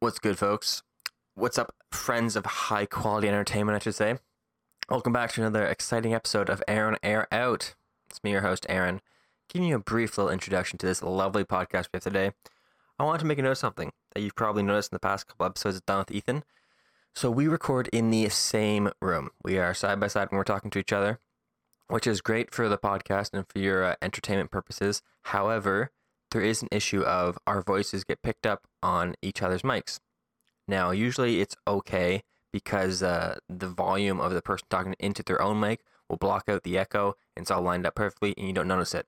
What's good, folks? What's up, friends of high quality entertainment, I should say? Welcome back to another exciting episode of Aaron Air Out. It's me, your host, Aaron, giving you a brief little introduction to this lovely podcast we have today. I want to make a note of something that you've probably noticed in the past couple episodes of Done with Ethan. So, we record in the same room. We are side by side when we're talking to each other, which is great for the podcast and for your uh, entertainment purposes. However, there is an issue of our voices get picked up on each other's mics. Now, usually it's okay because uh, the volume of the person talking into their own mic will block out the echo and it's all lined up perfectly and you don't notice it.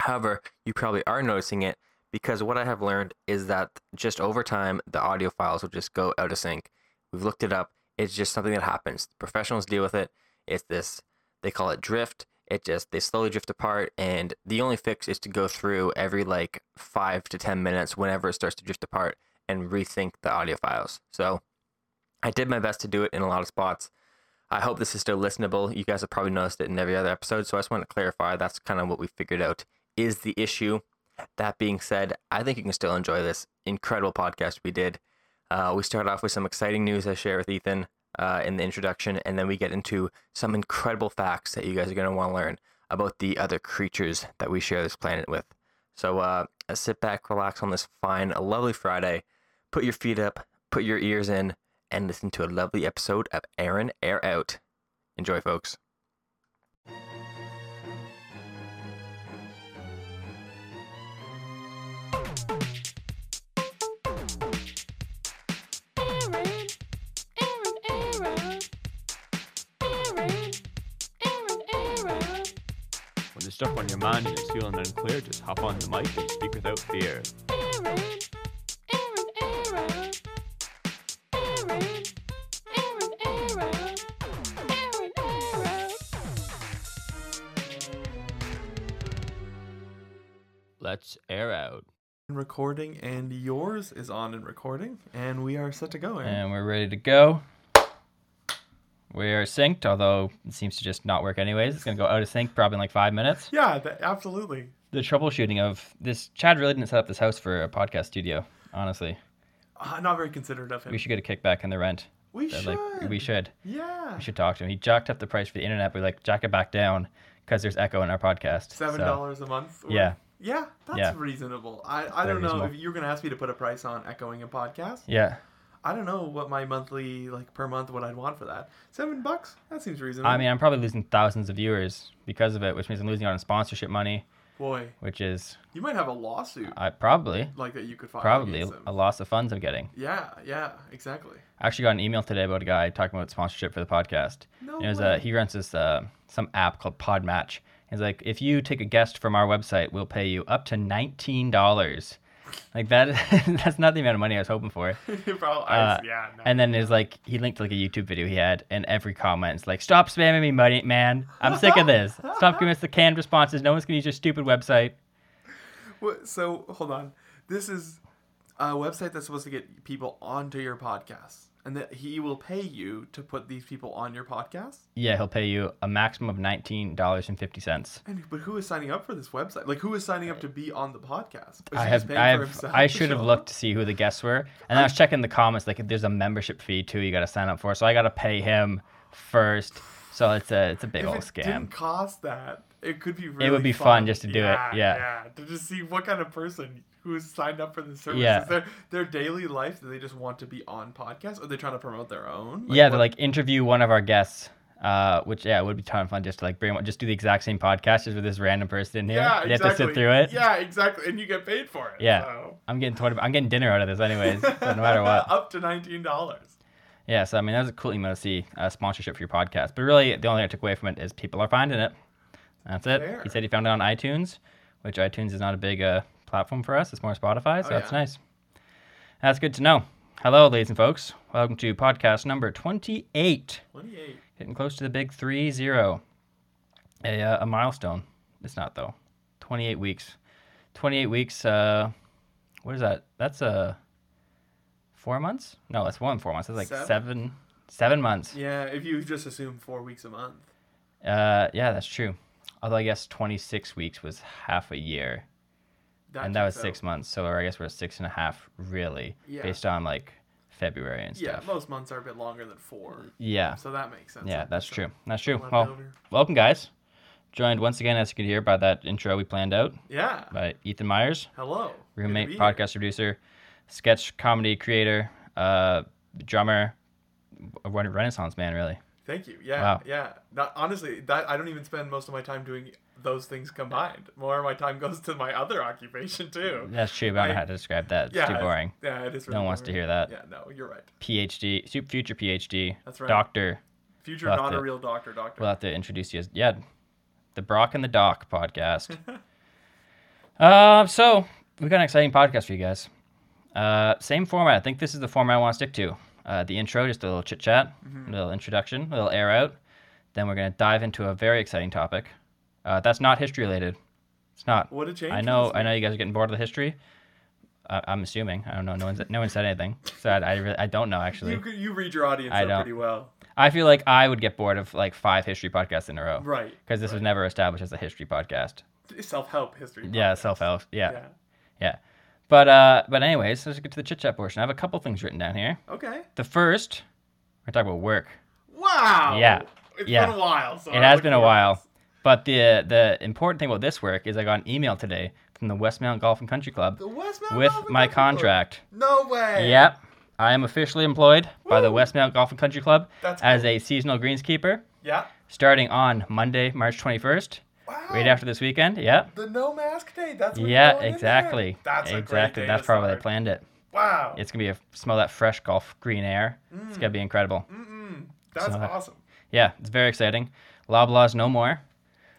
However, you probably are noticing it because what I have learned is that just over time, the audio files will just go out of sync. We've looked it up. It's just something that happens. Professionals deal with it. It's this, they call it drift it just they slowly drift apart and the only fix is to go through every like five to ten minutes whenever it starts to drift apart and rethink the audio files so i did my best to do it in a lot of spots i hope this is still listenable you guys have probably noticed it in every other episode so i just want to clarify that's kind of what we figured out is the issue that being said i think you can still enjoy this incredible podcast we did uh, we start off with some exciting news i share with ethan uh, in the introduction, and then we get into some incredible facts that you guys are going to want to learn about the other creatures that we share this planet with. So uh, sit back, relax on this fine, lovely Friday, put your feet up, put your ears in, and listen to a lovely episode of Aaron Air Out. Enjoy, folks. When there's stuff on your mind and it's feeling unclear, just hop on the mic and speak without fear. Let's air out. and recording and yours is on and recording and we are set to go Aaron. And we're ready to go. We are synced, although it seems to just not work anyways. It's going to go out of sync probably in like five minutes. yeah th- absolutely The troubleshooting of this, Chad really didn't set up this house for a podcast studio, honestly. uh, not very considerate of him We should get a kickback in the rent. we They're should, Like, we should. yeah We should talk to him. He jacked up the price for the internet. but We like jack it back down because there's echo in our podcast. seven So, dollars a month or- Yeah. yeah that's Yeah. reasonable i i don't know reasonable. if you're gonna ask me to put a price on echoing a podcast Yeah. i don't know what my monthly like per month what i'd want for that seven bucks that seems reasonable I mean, I'm probably losing thousands of viewers because of it, which means I'm losing out on sponsorship money, boy which is you might have a lawsuit I probably like that you could file Uh, probably against them. a loss of funds I'm getting. yeah yeah exactly I actually got an email today about a guy talking about sponsorship for the podcast. No And it was way. uh, he runs this uh, some app called Podmatch. He's like, if you take a guest from our website, we'll pay you up to nineteen dollars. Like that, that's not the amount of money I was hoping for. Bro, I- Uh, yeah no. And then there's like he linked like a YouTube video he had, and every comment's like, "Stop spamming me, money, man. I'm sick of this. Stop giving us the canned responses. No one's gonna use your stupid website." What, so hold on. This is a website that's supposed to get people onto your podcast, and that he will pay you to put these people on your podcast. Yeah, he'll pay you a maximum of nineteen dollars and fifty cents. And but who is signing up for this website? Like who is signing up to be on the podcast? Is I he just have, paying for I have, himself I to should have show up? looked to see who the guests were, and I was checking the comments. Like, there's a membership fee too. You got to sign up for, so I got to pay him first. So it's a, it's a big If old it scam. didn't cost that, it could be. Really be fun just to do it, yeah. yeah. To just see what kind of person who has signed up for the service. Yeah. Is their their daily life that they just want to be on podcasts? Are they trying to promote their own? yeah, what- they're like interview one of our guests, uh, which yeah, it would be ton of fun just to like bring one- just do the exact same podcast just with this random person in here. Yeah, they exactly. have to sit through it. Yeah, exactly. And you get paid for it. Yeah. so. I'm getting twenty. I'm getting dinner out of this anyways, so no matter what. Up to nineteen dollars. Yeah, so I mean that was a cool email to see uh, sponsorship for your podcast. But really, the only thing I took away from it is people are finding it. That's it. Fair. He said he found it on iTunes, which iTunes is not a big uh, platform for us. It's more Spotify, so Oh, that's yeah. nice. That's good to know. Hello, ladies and folks. Welcome to podcast number twenty-eight. Twenty-eight. Getting close to the big three zero. A, uh, a milestone. It's not though. Twenty eight weeks. Twenty eight weeks. Uh, what is that? That's uh, four months. No, that's one four months. That's like Seven? seven, seven months. Yeah, if you just assume four weeks a month. Uh, yeah, that's true. Although I guess twenty six weeks was half a year. and that was checks out. six months. So I guess we're at six and a half, really, Yeah. based on like February and Yeah, stuff. most months are a bit longer than four, yeah, so that makes sense. yeah, Like, that's so true. That's true. left Well, over. welcome guys. Joined once again, as you could hear, by that intro we planned out Yeah. by Ethan Myers, Hello. Good to be roommate, here. podcast producer, sketch comedy creator, uh, drummer, a rena- renaissance man, really. Thank you. Yeah, Wow. yeah. That, honestly, that I don't even spend most of my time doing those things combined. More of my time goes to my other occupation too. That's true, but I don't know I- how to describe that. It's yeah, too it's- boring. Yeah, it is. No one wants to hear that. Yeah, no, you're right. PhD, su- future PhD, That's right. doctor. Future, Fuck not it. a real doctor. Doctor. We'll have to introduce you as yeah, the Brock and the Doc podcast. uh, so we got an exciting podcast for you guys. Uh, same format. I think this is the format I want to stick to. Uh, the intro, just a little chit chat, a little introduction, a little air out. Then we're gonna dive into a very exciting topic. Uh, that's not history related. It's not. what a change. I for know. this I week. know you guys are getting bored of the history. I I'm assuming. I don't know. No one's. No one said anything. So I. I, really, I don't know actually. You, could- you read your audience I up don't. pretty well. I feel like I would get bored of like five history podcasts in a row. Right. Because this was never established as a history podcast. Self help history. Yeah, podcast. self help. Yeah. yeah. Yeah. But uh but anyways, let's get to the chit chat portion. I have a couple things written down here. Okay. The first, we're gonna talk about work. Wow. Yeah, It's yeah. been a while. So It I'm has been a looking while. forward But the the important thing about this work is I got an email today from the Westmount Golf and Country Club to this. The West Mountain with Golf my and Country Club. contract. No way. Yep. I am officially employed by the Woo. Westmount Golf and Country Club That's as cool. a seasonal greenskeeper Yeah. starting on Monday, March 21st, Wow. right after this weekend. Yep. The no mask day. That's when Yeah, you're going in there. exactly. That's a great exactly. day That's to probably why they start. planned it. Wow. It's gonna be a smell that fresh golf green air. It's gonna Mm. be incredible. Mm-mm. That's So- awesome. Yeah, it's very exciting. Loblaws no more.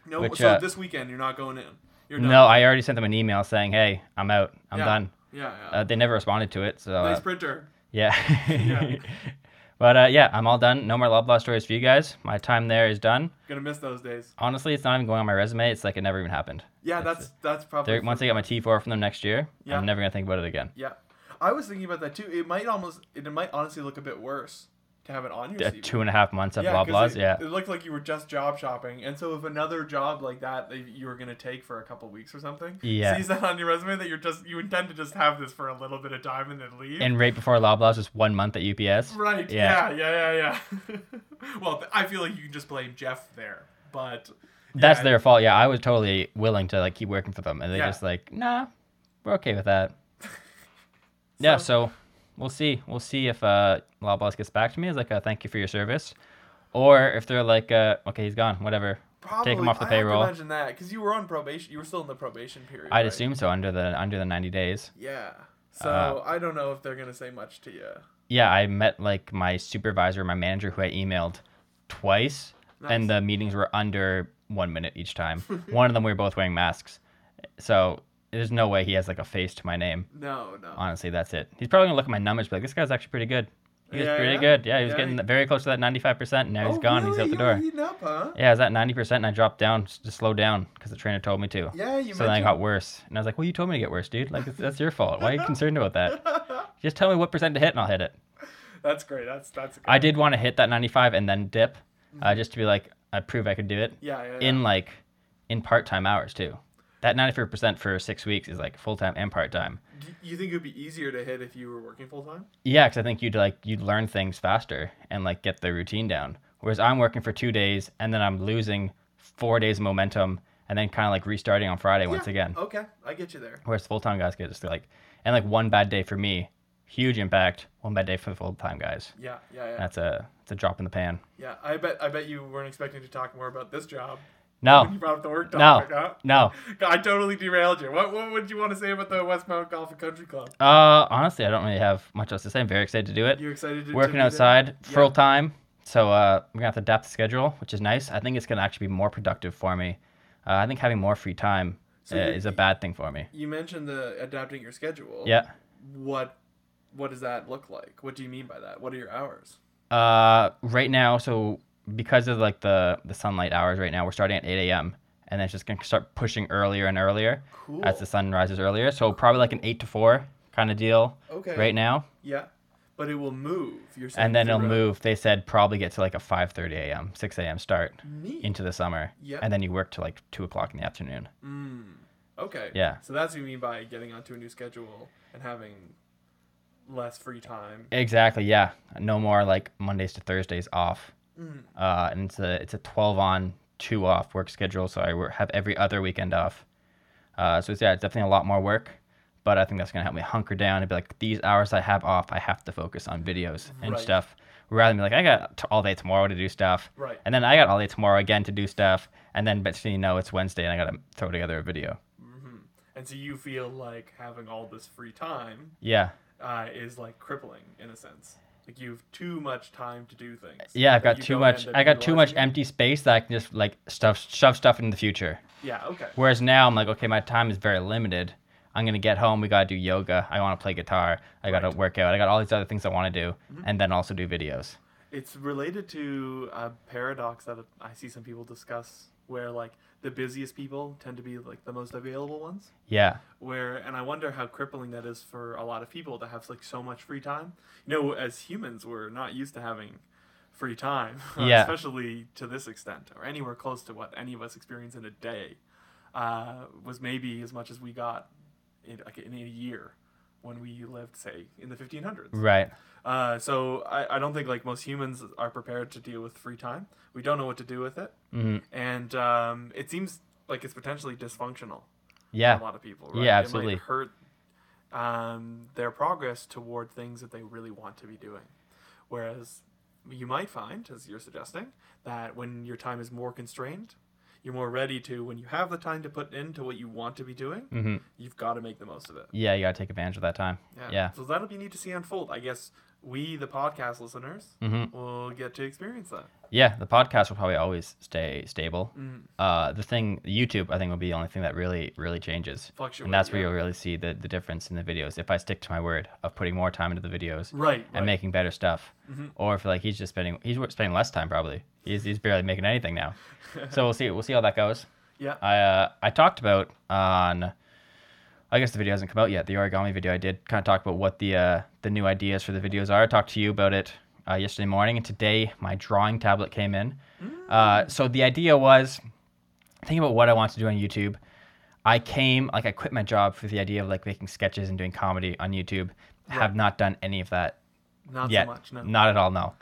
No, which, so uh, this weekend you're not going in. You're done. No, I already sent them an email saying, "Hey, I'm out. I'm Yeah. done." Yeah. yeah. Uh, they never responded to it, so uh, nice printer. yeah. Yeah. but uh, yeah, I'm all done. No more Loblaw stories for you guys. My time there is done. Gonna miss those days. Honestly, it's not even going on my resume. It's like it never even happened. Yeah, That's that's that's probably. They're, once I get my T4 from them next year, Yeah. I'm never gonna think about it again. yeah, I was thinking about that too. It might almost, it might honestly look a bit worse to have it on your Uh, CV. two and a half months at 'cause Loblaws. it, yeah. It looked like you were just job shopping, and so if another job like that that you were gonna take for a couple weeks or something, Yeah. sees that on your resume that you're just you intend to just have this for a little bit of time and then leave. And right before Loblaws was one month at UPS. Right. Yeah. Yeah. Yeah. Yeah. Yeah. well, th- I feel like you can just blame Jeff there, but That's yeah, their fault. Yeah, I was totally willing to like keep working for them, and they Yeah. just like, nah, we're okay with that. yeah, so we'll see. We'll see if uh, Loblaws gets back to me as like a thank you for your service, or if they're like, uh, okay, he's gone, whatever. Probably, off the I payroll. Have to imagine that because you were on probation. You were still in the probation period. I'd right? assume so under the under the ninety days. Yeah. So Uh, I don't know if they're gonna say much to you. Yeah, I met like my supervisor, my manager, who I emailed twice, Nice. and the meetings were under one minute each time. One of them we were both wearing masks, so there's no way he has like a face to my name. No. No. honestly, that's it. He's probably gonna look at my numbers, and be like, "This guy's actually pretty good. He was Yeah, pretty yeah. good. Yeah, he was Yeah, getting he- very close to that 95 percent. Now he's Oh, gone. He's really? out the You door. were heating up, huh? Yeah, I was at 90 percent, and I dropped down s- to slow down because the trainer told me to. Yeah. You So then I mentioned. got worse, and I was like, "Well, you told me to get worse, dude. Like that's, that's your fault. Why are you concerned about that? Just tell me what percent to hit, and I'll hit it." that's great. That's that's. Good. I did want to hit that 95 and then dip, uh, just to be like, I prove I could do it Mm-hmm. Yeah. Yeah. yeah. in like in part time hours too. That 95 percent for six weeks is like full time and part time. Do you think it would be easier to hit if you were working full time? Yeah, because I think you'd like you'd learn things faster and like get the routine down. Whereas I'm working for two days and then I'm losing four days of momentum and then kind of like restarting on Friday Yeah, once Oh. again. Okay, I get you there. Whereas full time guys get just like and like one bad day for me, huge impact. One bad day for the full time guys. Yeah. Yeah. Yeah. That's a it's a drop in the pan. yeah. I bet. I bet you weren't expecting to talk more about this job. when No, you brought up the work Oh. no, topic, huh? no. I totally derailed you. What, what would you want to say about the Westmount Golf and Country Club? Uh, honestly, I don't really have much else to say. I'm very excited to do it. You excited to to be Working there? outside Yeah. full time, so uh, we're gonna have to adapt the schedule, which is nice. I think it's gonna actually be more productive for me. Uh, I think having more free time So uh, you- Oh. is a bad thing for me. You mentioned the adapting your schedule. Yeah. What what does that look like? What do you mean by that? What are your hours? Uh, right now, so because of like the the sunlight hours right now, we're starting at 8 a.m. and then it's just gonna start pushing earlier and earlier Cool. as the sun rises earlier. So probably like an eight to four kind of deal okay. right now, Yeah. But it will move. You're saying and then it'll through a- move. They said probably get to like a 5:30 a.m., 6 a.m. start Neat. into the summer, Yeah. and then you work till like two o'clock in the afternoon. Mm. Okay. Yeah. So that's what you mean by getting onto a new schedule and having less free time. Exactly. Yeah. No more like Mondays to Thursdays off. Mm. Uh, and it's a it's a twelve on two off work schedule. So I wor- have every other weekend off. Uh, so it's, yeah, it's definitely a lot more work. But I think that's gonna help me hunker down and be like, these hours I have off, I have to focus on videos and Right. stuff, rather than be like, I got t- all day tomorrow to do stuff, Right. and then I got all day tomorrow again to do stuff, and then but soon you know it's Wednesday and I gotta throw together a video. And so you feel like having all this free time Yeah, uh, is like crippling in a sense. Like you have too much time to do things. yeah, I've that got you too don't much. end up I got too much utilizing. empty space that I can just like stuff shove stuff in the future. Yeah. Okay. Whereas now I'm like, okay, my time is very limited. I'm gonna get home. We gotta do yoga. I want to play guitar. I gotta Right. Mm-hmm. work out. I got all these other things I want to do, and then also do videos. It's related to a paradox that I see some people discuss, where like the busiest people tend to be like the most available ones. Yeah, where and i wonder how crippling that is for a lot of people to have like so much free time you know as humans we're not used to having free time Yeah. especially to this extent or anywhere close to what any of us experience in a day uh, was maybe as much as we got in, like, in a year when we lived say in the 1500s right. uh, so I, I don't think like most humans are prepared to deal with free time we don't know what to do with it Mhm. and um, it seems like it's potentially dysfunctional a Yeah, lot of people. Yeah, Right? absolutely. It might hurt um, their progress toward things that they really want to be doing. Whereas you might find, as you're suggesting, that when your time is more constrained, you're more ready to, when you have the time to put into what you want to be doing, hmm you've got to make the most of it. yeah. You gotta take advantage of that time. Yeah. So that'll be neat to see unfold. I guess we, the podcast listeners, hmm will get to experience that. Yeah, the podcast will probably always stay stable. Mm, Uh, the thing YouTube, I think, will be the only thing that really, really changes. fluctuate. And that's where yeah. you'll really see the, the difference in the videos. If I stick to my word of putting more time into the videos, Right. right. and making better stuff, Mhm. or if like he's just spending he's wor- spending less time probably. He's, he's barely making anything now. so we'll see we'll see how that goes. yeah. I uh, I talked about on I guess the video hasn't come out yet. The origami video I did kind of talk about what the uh, the new ideas for the videos are. I talked to you about it uh, yesterday morning, and today my drawing tablet came in. Uh, so the idea was thinking about what I want to do on YouTube. I came like I quit my job for the idea of like making sketches and doing comedy on YouTube. Have not done any of that Not yet. so much. No. Not at all. No.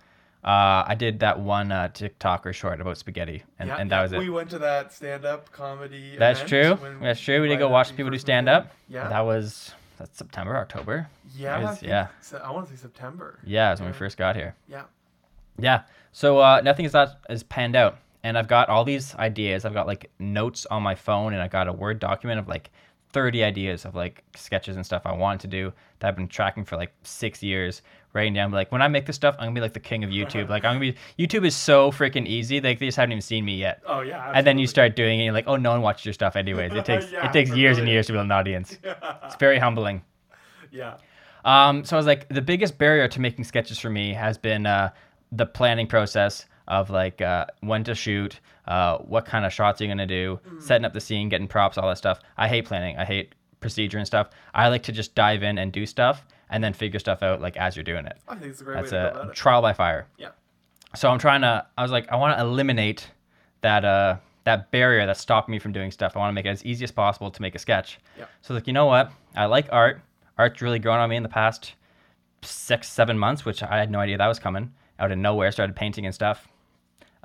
Uh, I did that one uh, TikTok or short about spaghetti, and, Yeah, and yeah, that was it. We went to that stand up comedy. That's true. event when- That's true. We did right go watch after you people do first moved stand in. up. Yeah. That was that's September, October. yeah. was- I think yeah. se- I want to say September. Yeah, is when we Yeah. first got here. Yeah. Yeah. So uh, nothing is that is panned out, and I've got all these ideas. I've got like notes on my phone, and I got a word document of like thirty ideas of like sketches and stuff I wanted to do that I've been tracking for like six years. Writing down like when I make this stuff, I'm gonna be like the king of YouTube. like I'm gonna be YouTube is so freaking easy. Like they just haven't even seen me yet. Oh, yeah. and then you absolutely. start doing it and you're like oh no one watches your stuff anyways it takes Yeah, it takes years and really. years to build an audience it's very humbling Yeah. um, so i was like the biggest barrier to making sketches for me has been uh, the planning process of like uh, when to shoot uh, what kind of shots you're going to do Mm. setting up the scene getting props all that stuff i hate planning i hate procedure and stuff i like to just dive in and do stuff and then figure stuff out like as you're doing it I think it's a great that's way to go a about it. trial by fire Yeah. so I'm trying to. I was like, I want to eliminate that uh that barrier that stopped me from doing stuff. I want to make it as easy as possible to make a sketch. Yeah. So I was like, you know what? I like art. Art's really grown on me in the past six, seven months, which I had no idea that was coming out of nowhere. Started painting and stuff,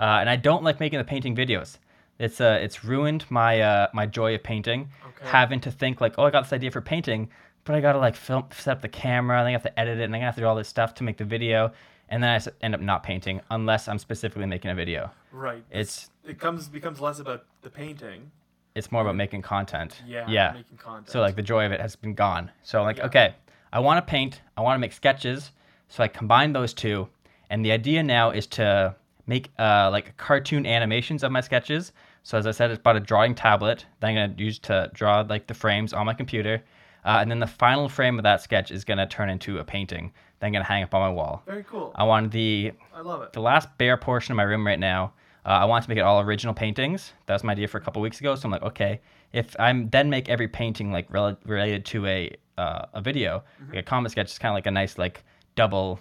uh, and I don't like making the painting videos. It's uh, it's ruined my uh, my joy of painting. Okay. Having to think like, oh, I got this idea for painting, but I gotta like film, set up the camera, and I have to edit it, and I have to do all this stuff to make the video, and then I s- end up not painting unless I'm specifically making a video. Right. It's It comes becomes less about the painting. it's more about making content. Yeah. Yeah. Making content. So like the joy of it has been gone. So I'm like, Yeah. okay, I want to paint, I want to make sketches. So I combine those two, and the idea now is to make uh, like cartoon animations of my sketches. So as I said, it's about a drawing tablet that I'm gonna use to draw like the frames on my computer, uh, and then the final frame of that sketch is gonna turn into a painting that I'm gonna hang up on my wall. Very cool. I wanted the I love it. the last bare portion of my room right now. Uh, I want to make it all original paintings. That was my idea for a couple weeks ago. So I'm like, okay, if I'm then make every painting like rel- related to a uh, a video, like a comic sketch is kind of like a nice like double,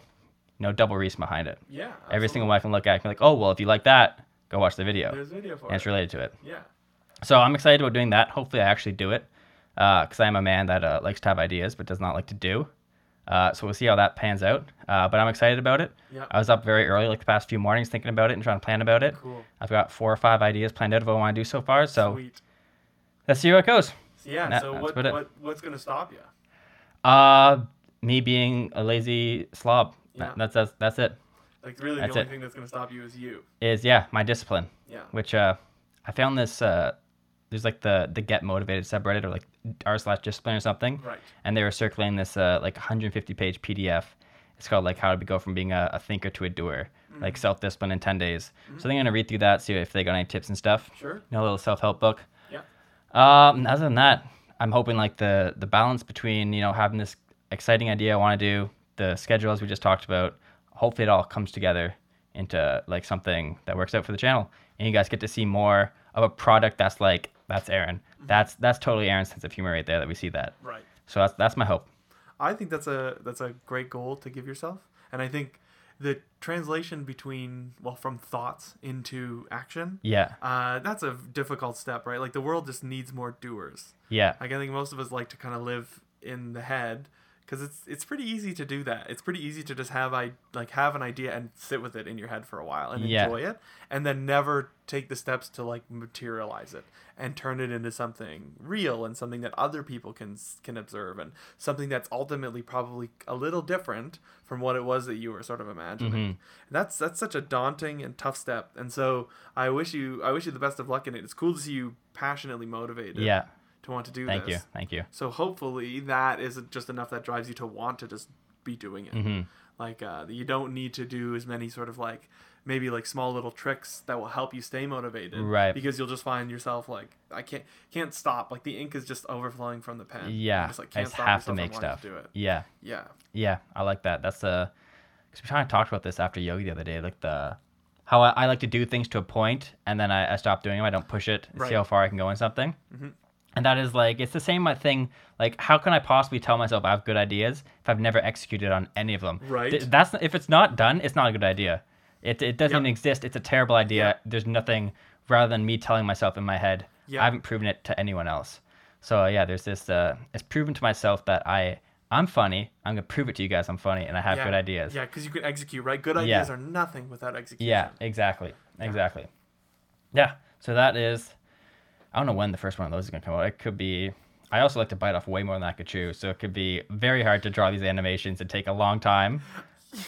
you know, double reason behind it. Yeah. Every absolutely. single one I can look at, I can be like, oh well, if you like that, go watch the video. There's a video for And it's it. related to it. Yeah. So I'm excited about doing that. Hopefully, I actually do it. because I am a man that uh, likes to have ideas but does not like to do. Uh, so we'll see how that pans out. Uh, but I'm excited about it. Yeah. I was up very early, like the past few mornings, thinking about it and trying to plan about it. Cool. I've got four or five ideas planned out of what I want to do so far. So Sweet. let's see how it goes. So, yeah. Nah, so that's what, about it. what what's gonna stop you? Uh, me being a lazy slob. Yeah. That- That's, that's that's it. Like really, That's the only it. thing that's gonna stop you is you. Is yeah, my discipline. Yeah. Which uh, I found this uh, there's like the the get motivated subreddit or like r slash discipline or something. Right. and they were circulating this uh, like 150 page PDF. It's called like how to go from being a, a thinker to a doer, like self discipline in 10 days. So I'm gonna read through that, see if they got any tips and stuff. Sure. You know, a little self help book. Yeah. Um, other than that, I'm hoping like the the balance between you know having this exciting idea I want to do, the schedule as we just talked about. Hopefully, it all comes together into like something that works out for the channel, and you guys get to see more of a product that's like that's Aaron. That's that's totally Aaron's sense of humor right there that we see that. Right. So that's that's my hope. I think that's a that's a great goal to give yourself, and I think the translation between well from thoughts into action. Yeah, Uh, that's a difficult step, right? Like the world just needs more doers. yeah, Like I think most of us like to kind of live in the head because it's it's pretty easy to do that. It's pretty easy to just have I like have an idea and sit with it in your head for a while and Yeah. enjoy it, and then never take the steps to like materialize it and turn it into something real and something that other people can s- can observe and something that's ultimately probably a little different from what it was that you were sort of Mm-hmm. imagining. That's that's such a daunting and tough step. And so I wish you I wish you the best of luck in it. It's cool to see you passionately motivated yeah. to want to do Thank this. you, thank you. So hopefully that is just enough that drives you to want to just be doing it. Mm-hmm. Like uh, you don't need to do as many sort of like maybe like small little tricks that will help you stay motivated. Right. Because you'll just find yourself like I can't can't stop. Like the ink is just overflowing from the pen. You Yeah, just like can't I just stop have to yourself from make wanting stuff. do it. Yeah, Yeah. yeah. I like that. That's uh, because we kind of talked about this after yoga the other day, like the how I, I like to do things to a point and then I, I stop doing them. I don't push it. and Right. Mm-hmm. See how far I can go in something. And that is like it's the same uh, thing. Like how can I possibly tell myself I have good ideas if I've never executed on any of them? Right. Th- that's if it's not done, it's not a good idea. It it doesn't Yep. even exist. It's a terrible idea. There's nothing rather than me telling myself in my head. Yeah. I haven't proven it to anyone else. So uh, yeah, there's this. Uh, it's proven to myself that I I'm funny. I'm gonna prove it to you guys. I'm funny and I have yeah. good ideas. Yeah, because you can execute, right? Good ideas are nothing without execution. Yeah, exactly. Exactly. Yeah. So that is I don't know when the first one of those is gonna come out. It could be I also like to bite off way more than I could chew, so it could be very hard to draw these animations and take a long time.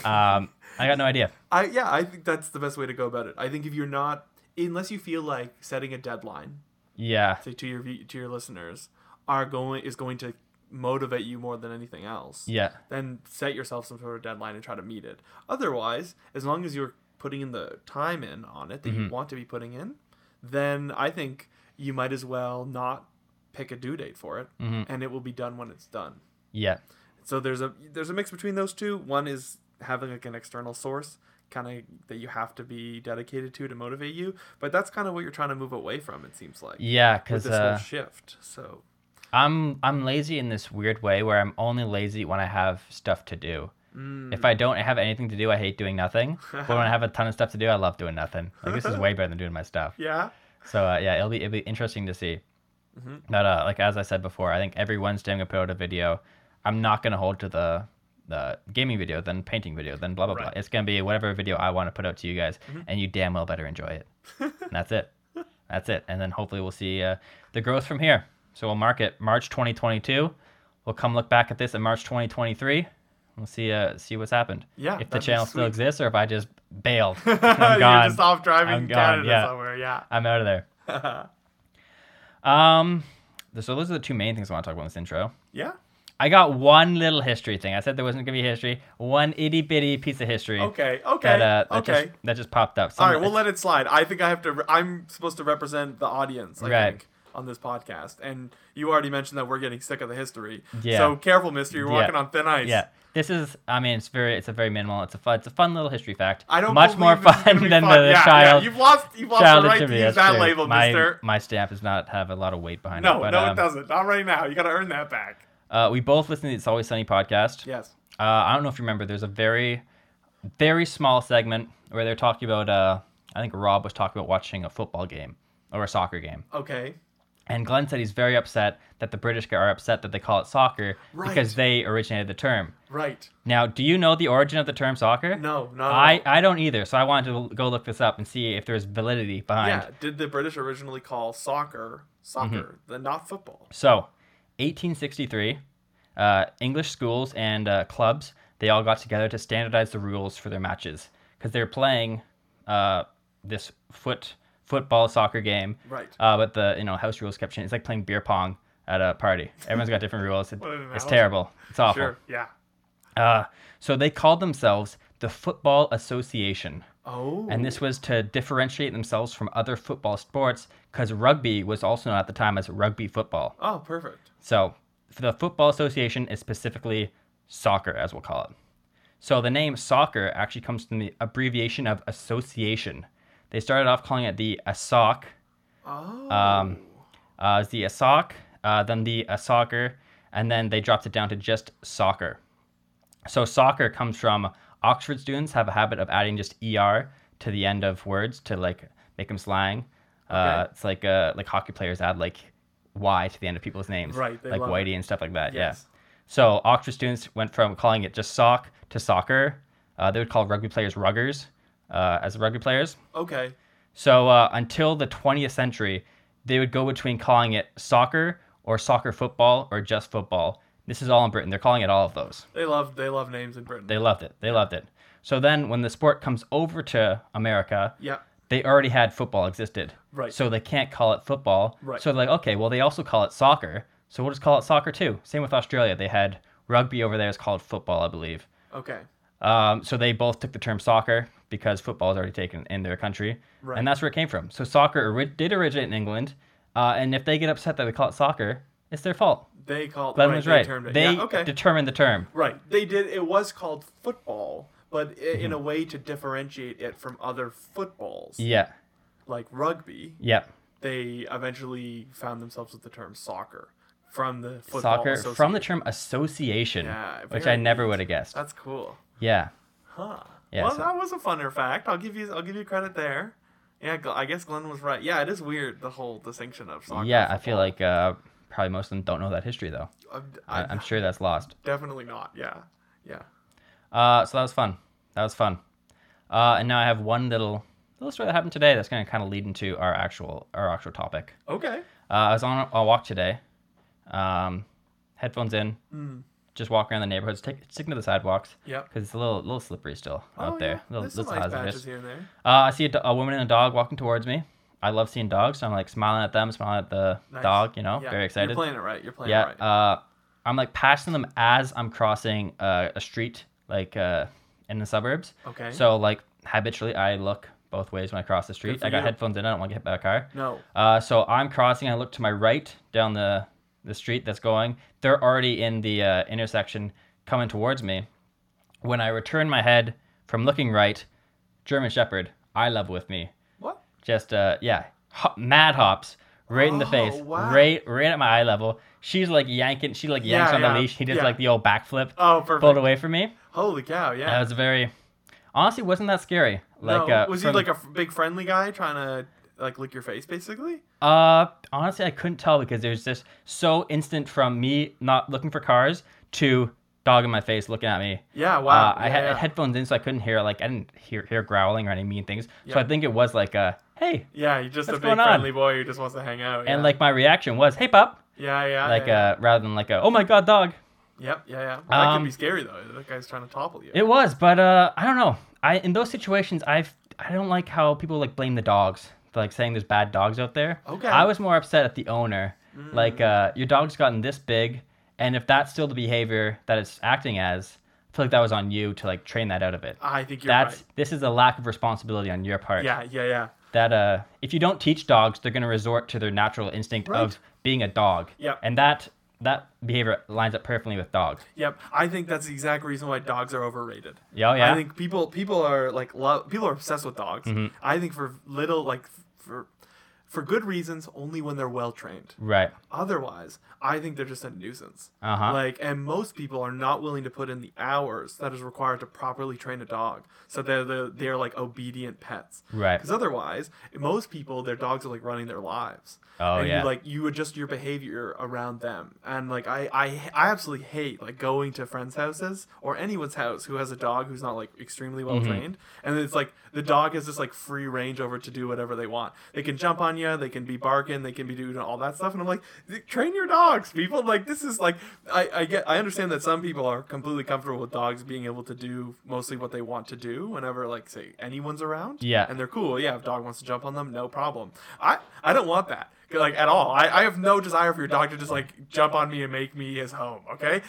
Um, I got no idea. I yeah, I think that's the best way to go about it. I think if you're not unless you feel like setting a deadline Yeah, say to your v- to your listeners are going is going to motivate you more than anything else yeah, then set yourself some sort of deadline and try to meet it otherwise as long as you're putting in the time in on it that you want to be putting in then i think you might as well not pick a due date for it and it will be done when it's done yeah, so there's a there's a mix between those two one is having like an external source kind of that you have to be dedicated to to motivate you but that's kind of what you're trying to move away from it seems like yeah. with Because this uh, whole shift. So I'm I'm lazy in this weird way where I'm only lazy when I have stuff to do. If Mm. I don't have anything to do, I hate doing nothing. but when I have a ton of stuff to do, I love doing nothing. Like this is way better than doing my stuff. yeah, So uh, yeah, it'll be it'll be interesting to see. Mm-hmm. But uh, like as I said before, I think every Wednesday I'm gonna put out a video. I'm not gonna hold to the the gaming video, then painting video, then blah blah Right. Mm-hmm. blah. It's gonna be whatever video I want to put out to you guys, and you damn well better enjoy it. and that's it. That's it. And then hopefully we'll see uh, the growth from here. So we'll mark it March 2022. We'll come look back at this in March 2023. We'll see uh, see what's happened. Yeah, that'd If the be channel still sweet. exists or if I just bailed. you're I'm gone. just off driving I'm to Canada gone, yeah. somewhere. Yeah, I'm out of there. um, th- so those are the two main things I want to talk about in this intro. yeah. I got one little history thing. I said there wasn't gonna be history. One itty bitty piece of history. Okay, okay, That, uh, that okay. Just, that just popped up. All Some- right, we'll let it slide. I think I have to. Re- I'm supposed to represent the audience. I Right. think on this podcast, and you already mentioned that we're getting sick of the history. Yeah. So careful, Mister. You're Yeah. walking on thin ice. Yeah. This is. I mean, it's very. It's a very minimal. It's a fun. It's a fun little history fact. I don't. Much believe more this is fun gonna be than fun. the yeah, child. Yeah, you've lost. You've lost child the right to trivia, use that's that true. label, my, Mister. My stamp does not have a lot of weight behind it. No, but, no, um, it doesn't. Not right now. You got to earn that back. Uh, we both listen to the It's Always Sunny podcast. Yes. Uh, I don't know if you remember. There's a very, very small segment where they're talking about. Uh, I think Rob was talking about watching a football game or a soccer game, Okay. And Glenn said he's very upset that the British are upset that they call it soccer because Right. they originated the term. Right. Now, do you know the origin of the term soccer? No, not at I, all. I don't either. So I wanted to go look this up and see if there's validity behind. Yeah. Did the British originally call soccer soccer, Mm-hmm. then not football? So, 1863, uh, English schools and uh, clubs they all got together to standardize the rules for their matches because they're playing uh, this foot football soccer game. Right. Uh, but the you know house rules kept changing. It's like playing beer pong at a party. Everyone's got different rules. It- What an it's analogy. terrible. It's awful. Sure. Yeah. Uh, so they called themselves the Football Association. Oh. And this was to differentiate themselves from other football sports because rugby was also known at the time as rugby football. Oh, perfect. So for the Football Association is specifically soccer, as we'll call it. So the name soccer actually comes from the abbreviation of association. They started off calling it the ASOC, Oh. um, uh, it's the ASOC, uh, then the ASOCcer, and then they dropped it down to just soccer. So soccer comes from Oxford students have a habit of adding just er to the end of words to like make them slang. Uh, Okay. it's like uh, like hockey players add like y to the end of people's names, Right, they like love it. Whitey and stuff like that. Yes. Yeah. So Oxford students went from calling it just sock to soccer. Uh, they would call rugby players ruggers uh, as rugby players. okay. So uh, until the 20th century, they would go between calling it soccer or soccer football or just football. This is all in Britain. They're calling it all of those. They love they love names in Britain. They loved it. They loved it. So then when the sport comes over to America, yeah. they already had football existed. Right. So they can't call it football. Right. So they're like, okay, well, they also call it soccer. So we'll just call it soccer too. Same with Australia. They had rugby over there is called football, I believe. Okay. Um, so they both took the term soccer because football is already taken in their country, Right. and that's where it came from. So soccer ori- did originate in England, uh, and if they get upset that we call it soccer, it's their fault. They call Glenn right, was they right. termed it- They yeah, okay. determined the term. right. They did it was called football, but i in a way to differentiate it from other footballs Mm-hmm. Yeah, like rugby, yeah. they eventually found themselves with the term soccer from the football Soccer association. from the term association, Yeah, which very I never neat. would have guessed. That's cool. Yeah, Huh. Yeah, well, so- that was a funner fact. I'll give you. I'll give you credit there. Yeah, Gl- I guess Glenn was right. Yeah, it is weird the whole distinction of soccer. yeah. I feel like uh, probably most of them don't know that history though. I'm, I- I'm I'm sure that's lost. definitely not. Yeah, yeah. Uh, so that was fun. That was fun. Uh, and now I have one little little story that happened today that's going to kind of lead into our actual our actual topic. Okay. Uh, I was on a, a walk today, um, headphones in, Mm. just walking around the neighborhoods, take, sticking to the sidewalks Yep. Oh, because it's a little little slippery still out there. Yeah. Little, There's some little ice hazardous. patches here and there. Uh, I see a, do- a woman and a dog walking towards me. I love seeing dogs, so I'm like smiling at them, smiling at the Nice. dog. You know, Yeah, very excited. You're playing it right. You're playing Yeah. it right. Uh, I'm like passing them as I'm crossing uh, a street, like uh, in the suburbs. Okay. uh, So like habitually, I look both ways when I cross the street. for I got you. headphones in. I don't want to get hit by a car. no. Uh, so I'm crossing. I look to my right down the the street that's going. They're already in the uh, intersection, coming towards me. When I return my head from looking right, German Shepherd, I love with me. What? Just uh, yeah, ho- mad hops right in the Oh, face, wow. right right at my eye level. She's like yanking. She like yanks Yeah, on yeah, the leash. He does yeah. like the old backflip, Oh, perfect. pulled away from me. Holy cow! That Yeah. was very. Honestly, wasn't that scary? Like, no, uh, was from- he like a f- big friendly guy trying to like lick your face, basically? Uh, honestly, I couldn't tell because it was just so instant from me not looking for cars to dog in my face looking at me. Yeah. Wow. Uh, I yeah, had yeah. headphones in, so I couldn't hear like I didn't hear hear growling or any mean things. So Yeah. I think it was like, uh, hey, Yeah, you're just What's a going big on? friendly boy who just wants to hang out. yeah. and like my reaction was, hey, pup, Yeah, yeah. like yeah, uh, rather than like a, oh my god, dog. yeah. Yep, yeah, yeah. Well, that um, can be scary though. That guy's trying to topple you. It was, but uh, I don't know. I in those situations, I've I don't like how people like blame the dogs, for, like saying there's bad dogs out there. Okay. Mm. I was more upset at the owner. Like, uh, your dog's gotten this big, and if that's still the behavior that it's acting as, I feel like that was on you to like train that out of it. I think you're That's this is a lack of responsibility on your part. right. Yeah, yeah, yeah. That uh, if you don't teach dogs, they're gonna resort to their natural instinct of Right. being a dog. Yep. And that that behavior lines up perfectly with dogs. Yep. I think that's the exact reason why dogs are overrated. Yeah, oh, yeah. I think Mm-hmm. people people are like love people are obsessed with dogs. I think for little like for for good reasons only when they're well trained. Right. Otherwise, I think they're just a nuisance. Uh huh. Like, and most people are not willing to put in the hours that is required to properly train a dog, so they're the, they're like obedient pets. Right. Because otherwise, most people their dogs are like running their lives. Oh and yeah. You, like you adjust your behavior around them, and like I, I I absolutely hate like going to friends' houses or anyone's house who has a dog who's not like extremely Mm-hmm. well trained, and it's like the dog has this like free range over to do whatever they want. They can jump on you, they can be barking, they can be doing all that stuff, and I'm like, train your dogs, people. Like this is like I I get I understand that some people are completely comfortable with dogs being able to do mostly what they want to do whenever like say anyone's around. Yeah. and they're cool. Yeah, if dog wants to jump on them, no problem. I I don't want that like at all. I, I have no desire for your dog to just like jump on me and make me his home. Okay,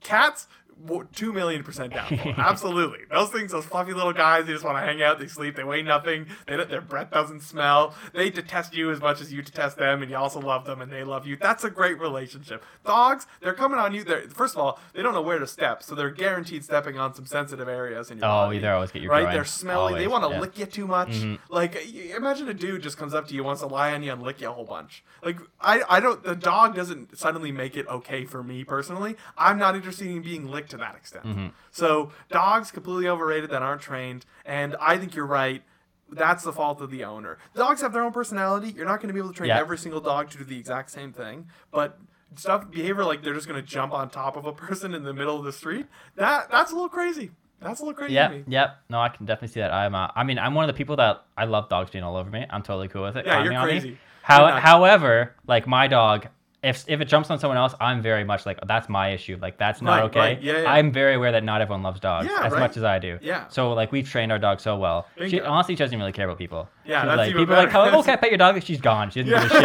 cats. w- Two million percent down. for it. Absolutely, those things, those fluffy little guys. They just want to hang out. They sleep. They weigh nothing. They, don't- their breath doesn't smell. They detest you as much as you detest them, and you also love them, and they love you. That's a great relationship. Dogs, they're coming on you. They're first of all, they don't know where to step, so they're guaranteed stepping on some sensitive areas in your oh, body either always get your right? groin. They're smelly. They Always, want to yeah. Mm-hmm. lick you too much. Like, y- imagine a dude just comes up to you, wants to lie on you, and lick you a whole bunch. Like, I, I don't. The dog doesn't suddenly make it okay for me personally. I'm not interested in being licked to that extent. Mm-hmm. So, dogs completely overrated that aren't trained. And I think you're right. That's the fault of the owner. Dogs have their own personality. You're not going to be able to train Yeah. every single dog to do the exact same thing, but stuff behavior like they're just going to jump on top of a person in the middle of the street. That that's a little crazy. That's a little crazy to Yeah, me. yep. No, I can definitely see that. I'm. Uh, I mean, I'm one of the people that I love dogs being all over me. I'm totally cool with it. Yeah, climbing you're on me. crazy. How, You're not- however, like my dog, if if it jumps on someone else, I'm very much like that's my issue. Like that's not Right, okay. right, yeah, yeah. I'm very aware that not everyone loves dogs Yeah, as right. much as I do. Yeah. So like we've trained our dog so well. She Bingo. honestly she doesn't really care about people. Yeah, She's that's like even people are like, better. oh, okay, pet your dog. She's gone. She doesn't give Yeah. a shit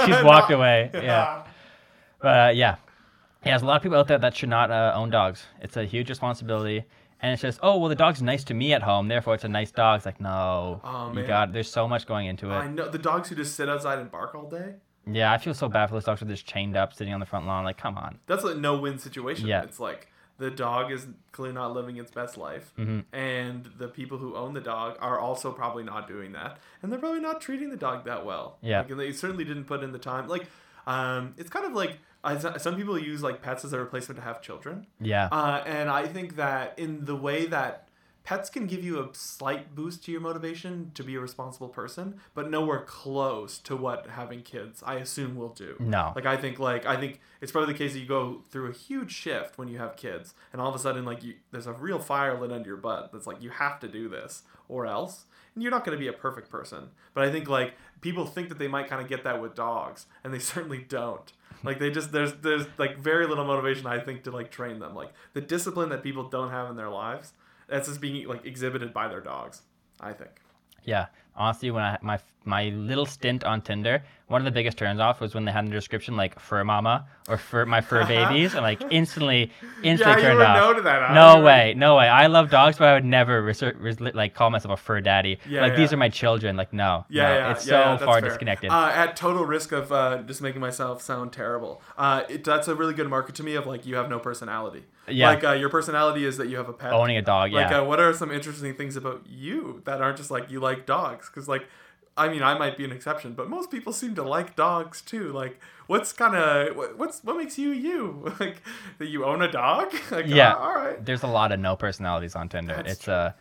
about you. She's walked away. Yeah. Yeah. But uh, yeah, yeah, there's a lot of people out there that should not uh, own dogs. It's a huge responsibility, and it's just, oh well, the dog's nice to me at home, therefore it's a nice dog. It's like, no, Oh, you man. got there's so much going into it. I know the dogs who just sit outside and bark all day. Yeah, I feel so bad for those dogs that are just chained up, sitting on the front lawn. Like, come on. That's a no-win situation. Yeah. It's like the dog is clearly not living its best life, Mm-hmm. and the people who own the dog are also probably not doing that, and they're probably not treating the dog that well. Yeah. Like, and they certainly didn't put in the time. Like, um, it's kind of like I, some people use like pets as a replacement to have children. Yeah, Uh, and I think that in the way that pets can give you a slight boost to your motivation to be a responsible person, but nowhere close to what having kids, I assume, will do. No. Like I think, like I think it's probably the case that you go through a huge shift when you have kids, and all of a sudden, like you, there's a real fire lit under your butt that's like you have to do this or else, and you're not going to be a perfect person. But I think like people think that they might kind of get that with dogs, and they certainly don't. Like they just there's there's like very little motivation I think to like train them. Like the discipline that people don't have in their lives, that's just being like exhibited by their dogs. I think. yeah. Honestly, when I my my little stint on Tinder, one of the biggest turns off was when they had in the description like fur mama or fur my fur babies, and like instantly, instantly yeah, you turned were off. no to that. huh? You No were- way, no way. I love dogs, but I would never reser- res- like call myself a fur daddy. Yeah, like these yeah. are my children. Like no, Yeah, no, yeah, it's yeah, so yeah, that's far fair. disconnected. Uh, at total risk of uh, just making myself sound terrible, uh, it, that's a really good marker to me of like you have no personality. Yeah. Like uh, your personality is that you have a pet. Owning a dog, Like, yeah. uh, what are some interesting things about you that aren't just like you like dogs? Because like, I mean, I might be an exception, but most people seem to like dogs too. Like, what's kind of what's what makes you you? Like that you own a dog? like, Yeah. ah, all right. There's a lot of no personalities on Tinder. That's it's uh,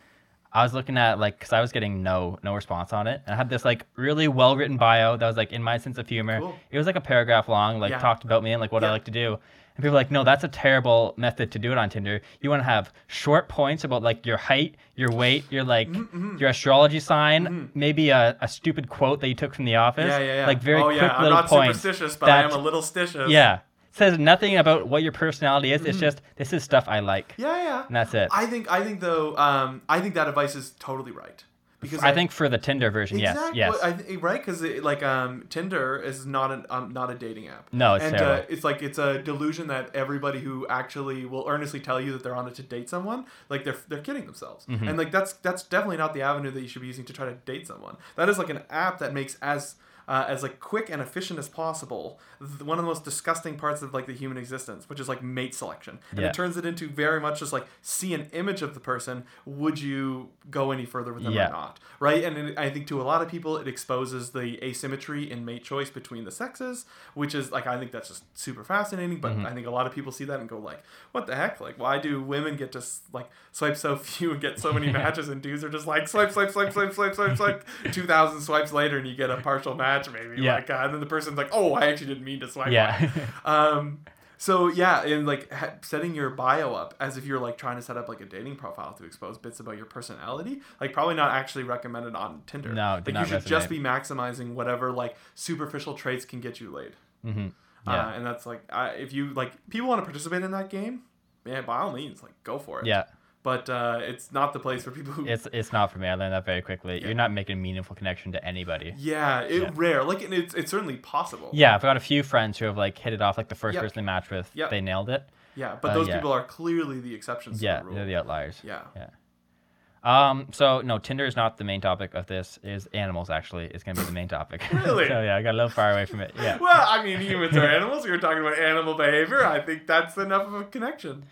I was looking at like because I was getting no no response on it. And I had this like really well written bio that was like in my sense of humor. Cool. It was like a paragraph long, like Yeah. talked about me and like what I Yeah. like to do. And people were like, no, that's a terrible method to do it on Tinder. You want to have short points about like your height, your weight, your like Mm, your astrology sign, maybe a, a stupid quote that you took from the office. Mm-hmm. Yeah, yeah, yeah. Like very oh, quick yeah. I'm little not points. superstitious, but that- I am a little stitious. Yeah. Says nothing about what your personality is. It's just this is stuff I like. Mm-hmm. Yeah, yeah. And that's it. I think I think though um, I think that advice is totally right because I think for the Tinder version, exactly yes, yes. I th- right because like um, Tinder is not an um, not a dating app. No, it's and uh, terrible. it's like it's a delusion that everybody who actually will earnestly tell you that they're on it to date someone like they're they're kidding themselves Mm-hmm. and like that's that's definitely not the avenue that you should be using to try to date someone. That is like an app that makes as uh, as like quick and efficient as possible. Th- One of the most disgusting parts of like the human existence, which is like mate selection, and Yeah. it turns it into very much just like see an image of the person. Would you go any further with them Yeah. or not? Right, and it, I think to a lot of people it exposes the asymmetry in mate choice between the sexes, which is like I think that's just super fascinating. But I think a lot of people see that and go like, what the heck? Like, why do women get to s- like swipe so few and get so many matches, and dudes are just like swipe, swipe, swipe, swipe, swipe, swipe, swipe, two thousand swipes later, and you get a partial match maybe. Yeah. Like, uh, and then the person's like, oh, I actually didn't mean to swipe. one." Yeah. Um, so yeah, and like ha- setting your bio up as if you're like trying to set up like a dating profile to expose bits about your personality, like probably not actually recommended on Tinder. No, like did you not should just resonate. be maximizing whatever like superficial traits can get you laid. hmm Uh, Yeah. and that's like I, if you like people want to participate in that game, yeah, by all means, like go for it. Yeah. But uh, it's not the place for people who It's it's not for me. I learned that very quickly. Yeah. You're not making a meaningful connection to anybody. yeah, it, Yeah. rare. Like and it's it's certainly possible. Yeah, I've got a few friends who have like hit it off. Like the first Yep. person they matched with, Yep. they nailed it. Yeah, but Uh, those yeah. people are clearly the exceptions yeah, to the rule. they're the outliers. yeah. Um, so no, Tinder is not the main topic of this. Is animals actually is gonna be the main topic. Really? so yeah, I got a little far away from it. Yeah. Well, I mean, humans are animals. We were talking about animal behavior. I think that's enough of a connection.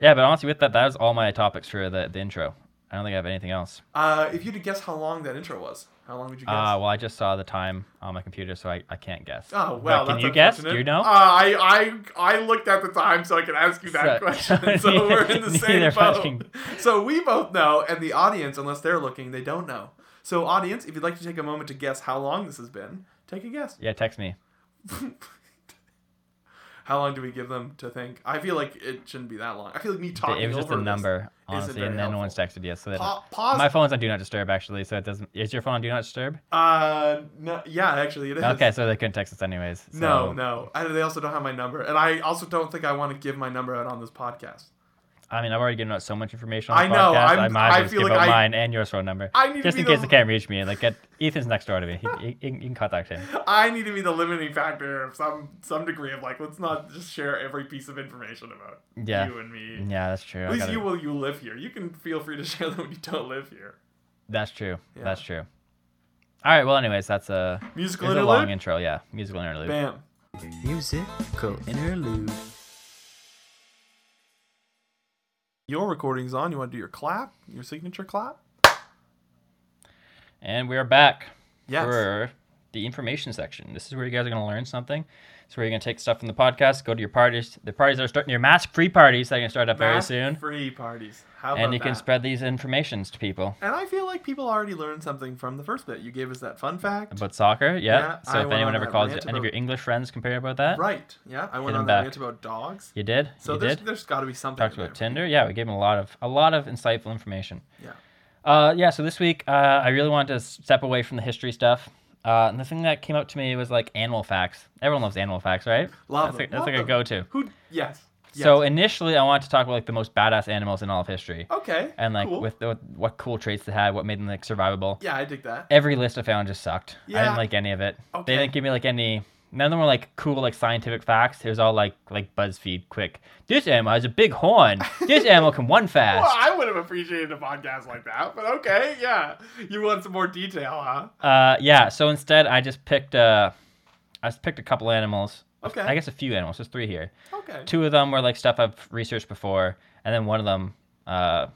Yeah, but honestly, with that, that was all my topics for the, the intro. I don't think I have anything else. Uh, if you had to guess how long that intro was, how long would you guess? Uh, well, I just saw the time on my computer, so I, I can't guess. oh, But well, can that's you guess? Do unfortunate. you know? Uh, I, I, I looked at the time so I could ask you that So- question. So we're in the same Neither of us boat. So we both know, and the audience, unless they're looking, they don't know. So, audience, if you'd like to take a moment to guess how long this has been, take a guess. yeah, text me. How long do we give them to think? I feel like it shouldn't be that long. I feel like me talking It was just over a this number, isn't honestly, very and then no one's helpful. texted yet. So that Pa- pause. my phone's on do not disturb actually, so it doesn't. Is your phone on do not disturb? uh, no, yeah, actually, it is. Okay, so they couldn't text us anyways. So. No, no. I, they also don't have my number, and I also don't think I want to give my number out on this podcast. I mean, I've already given out so much information on I the know, podcast. I'm- I might as I well just feel give like out I- mine and your phone number. I need to just be in case the- they can't reach me. Like, get Ethan's next door to me. He, he, you can contact him. I need to be the limiting factor of some some degree of like, let's not just share every piece of information about Yeah. you and me. Yeah, that's true. I At least gotta- you will. You live here. You can feel free to share them when you don't live here. That's true. Yeah. That's true. All right. Well, anyways, that's a it Musical was a long interlude. intro. Yeah, musical interlude. Bam. Musical interlude. Your recording's on. You want to do your clap, your signature clap? And we are back Yes. for the information section. This is where you guys are going to learn something. This is where you're going to take stuff from the podcast, go to your parties. The parties that are starting your mask-free parties that are going to start up very Mask soon, Free parties. How about and you can that? spread these informations to people And I feel like people already learned something from the first bit. You gave us that fun fact. about soccer. Yeah. Yeah, I so if went anyone on ever that calls you, rant any of your about- English friends, compare about that. Right. Yeah. I went Hit 'em on that back. rant about dogs. You did. So you there's did. there's got to be something. Talked in about there. Tinder. Yeah, we gave them a lot of a lot of insightful information. Yeah. Uh, yeah, so this week uh, I really wanted to step away from the history stuff. Uh, and the thing that came up to me was like animal facts. Everyone loves animal facts, right? Love that's them, like, that's love like a them. go-to. Who? Yes. yes. So initially, I wanted to talk about like the most badass animals in all of history, okay. and like cool. with, with what cool traits they had, what made them like survivable. Yeah, I dig that. Every list I found just sucked. I Yeah. didn't like any of it. Okay. They didn't give me like any. None of them were like cool like scientific facts. It was all like like BuzzFeed quick. This animal has a big horn. This animal can run fast. Well, I would have appreciated a podcast like that, but okay, yeah. You want some more detail, huh? Uh, yeah. So instead, I just picked uh, I just picked a couple animals. Okay. I guess a few animals. There's three here. Okay. Two of them were like stuff I've researched before, and then one of them. Uh,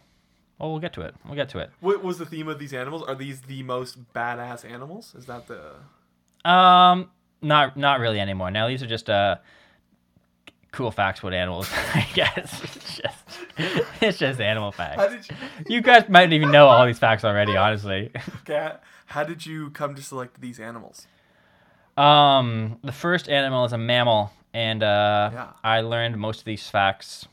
well, we'll get to it. We'll get to it. What was the theme of these animals? Are these the most badass animals? Is that the? Um, not not really anymore. Now these are just uh, cool facts about animals. I guess it's just it's just animal How facts. did you? You guys might even know all these facts already, honestly. Cat, how did you come to select these animals? Um, the first animal is a mammal, and uh, Yeah. I learned most of these facts.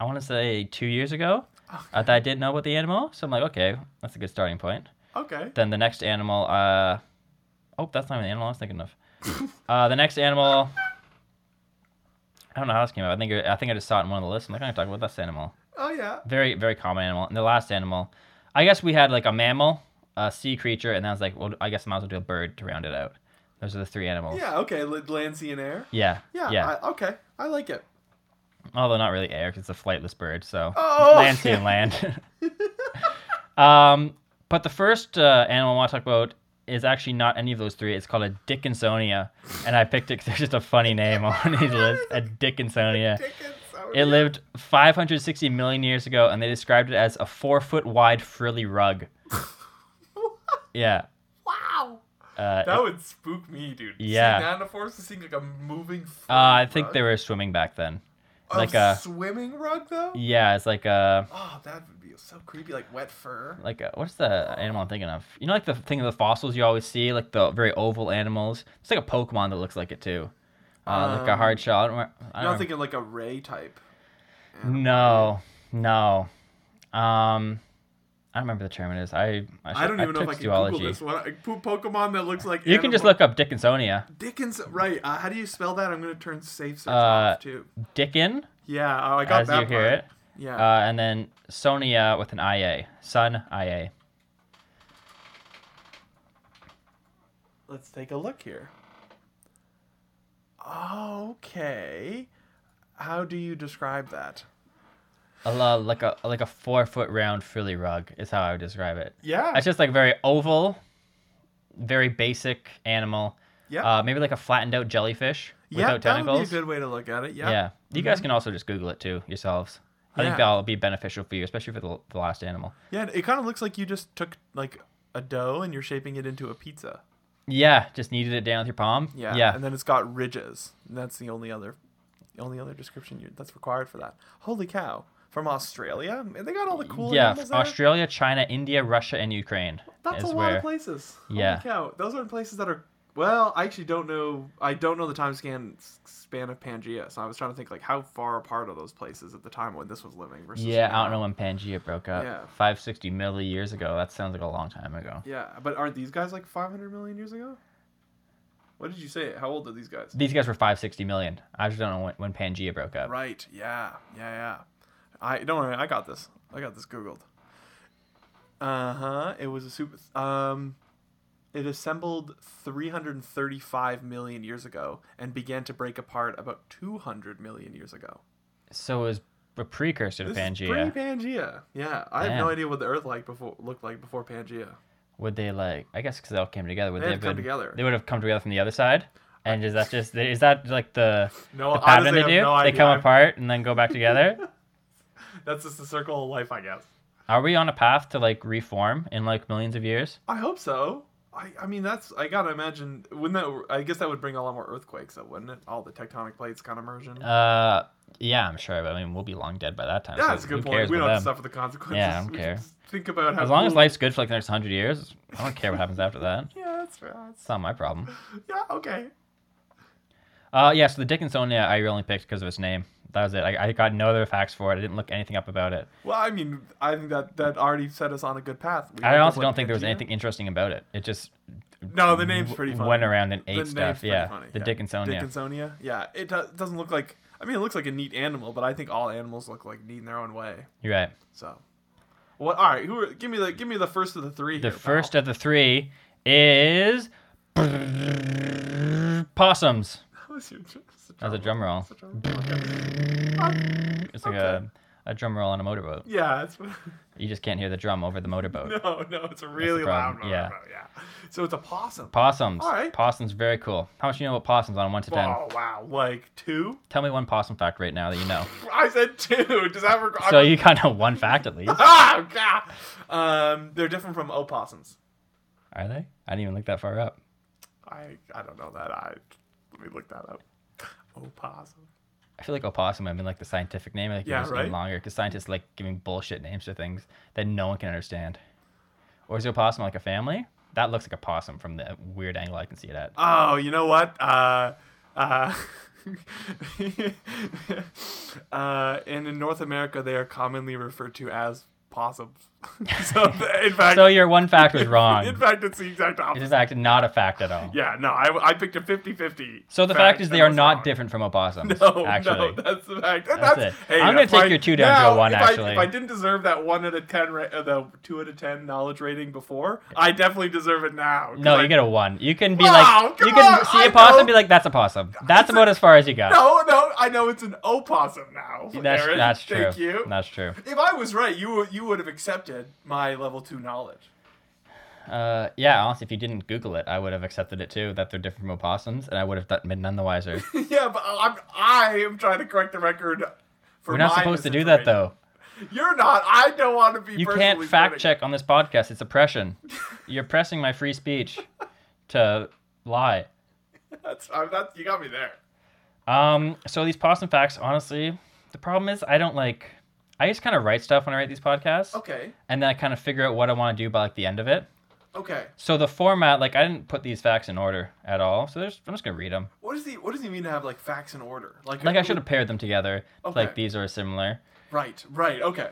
I want to say two years ago uh, that I didn't know about the animal, so I'm like, okay, that's a good starting point. Okay. Then the next animal, uh, oh, that's not an animal I was thinking of. uh, the next animal, I don't know how this came up. I think it- I think I just saw it in one of the lists. I'm like, I'm gonna talk about this animal. Oh yeah. Very very common animal. And the last animal, I guess we had like a mammal, a sea creature, and then I was like, well, I guess I might as well do a bird to round it out. Those are the three animals. Yeah. Okay. L- Land, sea, and air. Yeah. Yeah. Yeah. I, okay. I like it. Although not really air, 'cause it's a flightless bird. So Oh, land, sea, and land. um, but the first uh, animal I want to talk about is actually not any of those three. It's called a Dickinsonia, and I picked it because there's just a funny name on his list. A Dickinsonia. It lived 560 million years ago, and they described it as a four foot wide frilly rug. Yeah. wow. Uh, That would spook me, dude. Yeah. Seeing anaphores and seeing like a moving. uh, I think rug. they were swimming back then. a like a- swimming rug though. Yeah, it's like a Oh, that would be so creepy, like wet fur. like a, what's the animal I'm thinking of? You know, like the thing of the fossils you always see, like the very oval animals. It's like a Pokemon that looks like it too, uh, like a Um, hard shell. I don't, remember- I I'm don't not thinking like a ray type. animal, No, no. Um, I don't remember the term it is. I I, should, I don't even know if I took can zoology. Google this one. Like, po- Pokemon that looks like You can just animal- look up Dickinsonia. Dickens. Right? Uh, how do you spell that? I'm gonna turn safe search Uh, off too. Dickin, Yeah, oh, I got as that you hear part. it, Yeah. uh, and then Sonia with an IA, Sun IA. Let's take a look here. Okay. How do you describe that? A lo- like a like a four foot round frilly rug is how I would describe it. Yeah. It's just like very oval, very basic animal. yeah. Uh, maybe like a flattened out jellyfish yeah, without tentacles. that would be a good way to look at it. Yeah. Mm-hmm. Yeah. You guys can also just Google it too yourselves. I Yeah. think that'll be beneficial for you, especially for the, the last animal. Yeah, it kind of looks like you just took like a dough and you're shaping it into a pizza. Yeah, just kneaded it down with your palm. Yeah. Yeah. And then it's got ridges. And that's the only other the only other description you, that's required for that. Holy cow. From Australia? Man, They got all the cool yeah. animals there. Australia, China, India, Russia, and Ukraine. That's a is lot where, of places. Yeah. Holy cow. Those are in places that are well, I actually don't know I don't know the time scan span of Pangea, so I was trying to think like how far apart are those places at the time when this was living versus Yeah, I don't now. know when Pangea broke up. Yeah. 560 milli years ago. That sounds like a long time ago. Yeah, but aren't these guys like 500 million years ago? What did you say? How old are these guys? These guys were 560 million. I just don't know when, when Pangea broke up. Right. Yeah. Yeah. Yeah. I don't worry. I got this. I got this googled. Uh huh. It was a super. Um, it assembled 335 million years ago and began to break apart about 200 million years ago. So it was a precursor to This Pangea. is pre-Pangea. Yeah. I have no Damn. idea what the Earth like before looked like before Pangea. would they like i guess because they all came together would They they had have to come been- together. they would have come together from the other side and is that just is that like the, No, the pattern honestly, I they have do no they idea. come I'm- apart and then go back together That's just the circle of life, I guess. are we on a path to like reform in like millions of years I hope so. I, I mean that's I gotta imagine wouldn't that I guess that would bring a lot more earthquakes though wouldn't it all the tectonic plates kind of merging uh yeah i'm sure but i mean we'll be long dead by that time Yeah, so that's a good who point. cares We about don't have to them? suffer the consequences. Yeah, I don't We care. just think about how as long as cool- life's good for like the next 100 years i don't care what happens after that Yeah, that's right. That's- it's not my problem Yeah, okay. uh yeah so the dickinsonia i only picked because of its name that was it I, I got no other facts for it i didn't look anything up about it Well, I mean, I think that that already set us on a good path. We i looked up honestly what don't think there was Pangea- anything interesting about it it just No, the name's pretty funny. went around and The ate name's stuff. pretty Yeah, funny, the yeah. Dickinsonia. Dickinsonia. Yeah, it do- doesn't look like. I mean, it looks like a neat animal, but I think all animals look like neat in their own way. You're right. So, what? All right, who? Are, give me the give me the first of the three. The here, pal. first of the three is possums. That was your- that's a That's a drum drum roll. roll. That's a drum roll. Okay. It's like Okay. a, a drum roll on a motorboat. Yeah, it's You just can't hear the drum over the motorboat. no, no, it's a really loud problem, one. Oh, yeah. yeah. So it's a possum. Possums. All right. Possums, very cool. How much you know about possums on a one to ten? Oh wow, like two? Tell me one possum fact right now that you know. I said two. Does that regard? so you kind of one fact at least. Ah, God. Um, they're different from opossums. Are they? I didn't even look that far up. I I don't know that. I let me look that up. Opossum. I feel like opossum might have been like the scientific name. Like Yeah, yeah, right? right. Longer because scientists like giving bullshit names to things that no one can understand. Or is opossum like a family? That looks like a possum from the weird angle I can see it at. Oh, you know what? Uh, uh, uh, and in North America, they are commonly referred to as possums. so in fact, So your one fact was wrong. in fact, it's the exact It opposite. is actually not a fact at all. Yeah, no, I, I picked a 50 50. So the fact, is they are not different from opossums. Oh, No, actually. no, that's the fact. That's, it. I'm gonna that's take why- your two down to a now, one, If I, actually. if I didn't deserve that one out of ten, ra- uh, the two out of ten knowledge rating before, I definitely deserve it now. 'cause No, I- you get a one. You can be Wow, like, come you can on, see I a possum know. and be like, that's a possum. That's It's a- about as far as you got. No, no, I know it's an opossum now. that's Aaron. that's true. Thank you. That's true. If I was right, you would- you would have accepted my level two knowledge. Uh, yeah, honestly, if you didn't Google it, I would have accepted it too that they're different from opossums, and I would have th- been none the wiser. yeah, but I'm I am trying to correct the record. For We're not my supposed to do that misinformation. though. You're not. I don't want to be. You personally can't fact critical. check on this podcast. It's oppression. You're pressing my free speech to lie. That's, I'm not, you got me there. Um, so these possum facts, honestly, the problem is I don't like. I just kind of write stuff when I write these podcasts, Okay. and then I kind of figure out what I want to do by like the end of it. Okay. So the format, like, I didn't put these facts in order at all. So there's, I'm just gonna read them. What does he? What does he mean to have like facts in order? Like, uh, Like I should have paired them together. Okay. Like these are similar. Right. Right. Okay.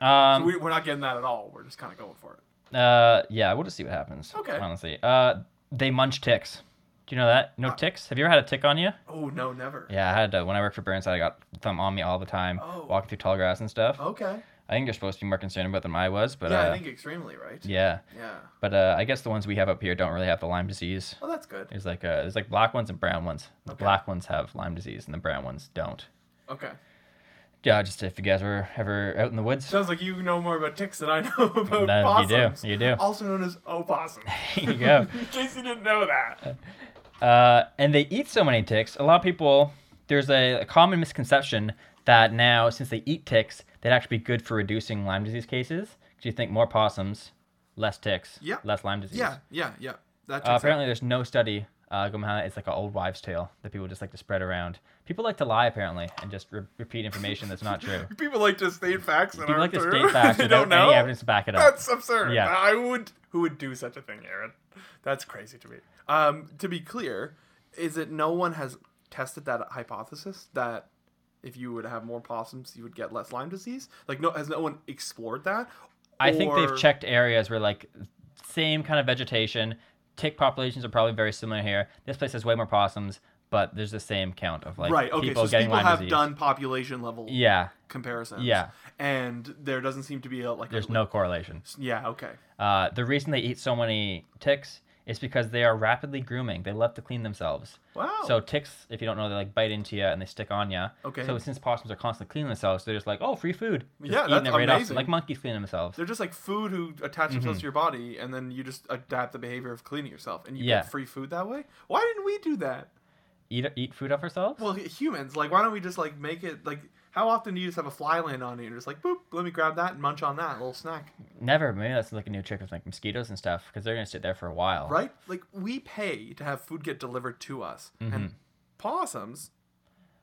Um, so we, we're not getting that at all. We're just kind of going for it. Uh, yeah, we'll just see what happens. Okay. Honestly, uh, they munch ticks. Do you know that? Uh, No ticks. Have you ever had a tick on you? Oh no, never. Yeah, I had to, when I worked for Burnside. I got them on me all the time, Oh. walking through tall grass and stuff. Okay. I think they're supposed to be more concerned about than I was, but yeah, uh, I think extremely right. yeah. Yeah. But uh, I guess the ones we have up here don't really have the Lyme disease. Oh, that's good. There's like uh, there's like black ones and brown ones. The Okay. black ones have Lyme disease and the brown ones don't. Okay. Yeah, just if you guys were ever out in the woods, Sounds like you know more about ticks than I know about That- you do, possums. you do. Also known as opossum. There you go. In case you didn't know that. Uh, and they eat so many ticks. A lot of people, there's a, a common misconception that now, since they eat ticks, they'd actually be good for reducing Lyme disease cases. Because you think more possums, less ticks, Yeah. less Lyme disease. Yeah. Yeah. Yeah. That Uh, checks out. apparently, there's no study uh, going behind that. It's like an old wives' tale that people just like to spread around. People like to lie, apparently, and just re- repeat information that's not true. People like to state facts that People like aren't to true. state facts they without don't know. any evidence to back it up. That's absurd. Yeah. I would. Who would do such a thing, Aaron? That's crazy to me. Um, to be clear, is it no one has tested that hypothesis that if you would have more possums, you would get less Lyme disease? Like, no, has no one explored that? I think Or- they've checked areas where like same kind of vegetation. Tick populations are probably very similar here. This place has way more possums, but there's the same count of like right. Okay. people so getting people Lyme have disease. done population level yeah, comparisons. Yeah. And there doesn't seem to be a like. there's a, no correlation. Yeah. Okay. Uh, the reason they eat so many ticks is because they are rapidly grooming. They love to clean themselves. Wow. So ticks, if you don't know, they like bite into you and they stick on you. Oh. Okay. So since possums are constantly cleaning themselves, they're just like, oh, free food. Just Yeah, eating that's it right amazing. Off, like monkeys clean themselves. They're just like food who attach Mm-hmm. themselves to your body, and then you just adapt the behavior of cleaning yourself, and you Yeah. get free food that way. Why didn't we do that? Eat eat food off ourselves. Well, h- humans, like, why don't we just like make it like? How often do you just have a fly land on you and just like, boop, let me grab that and munch on that little snack, Never. Maybe that's like a new trick with like mosquitoes and stuff because they're gonna sit there for a while. right? Like, we pay to have food get delivered to us, and possums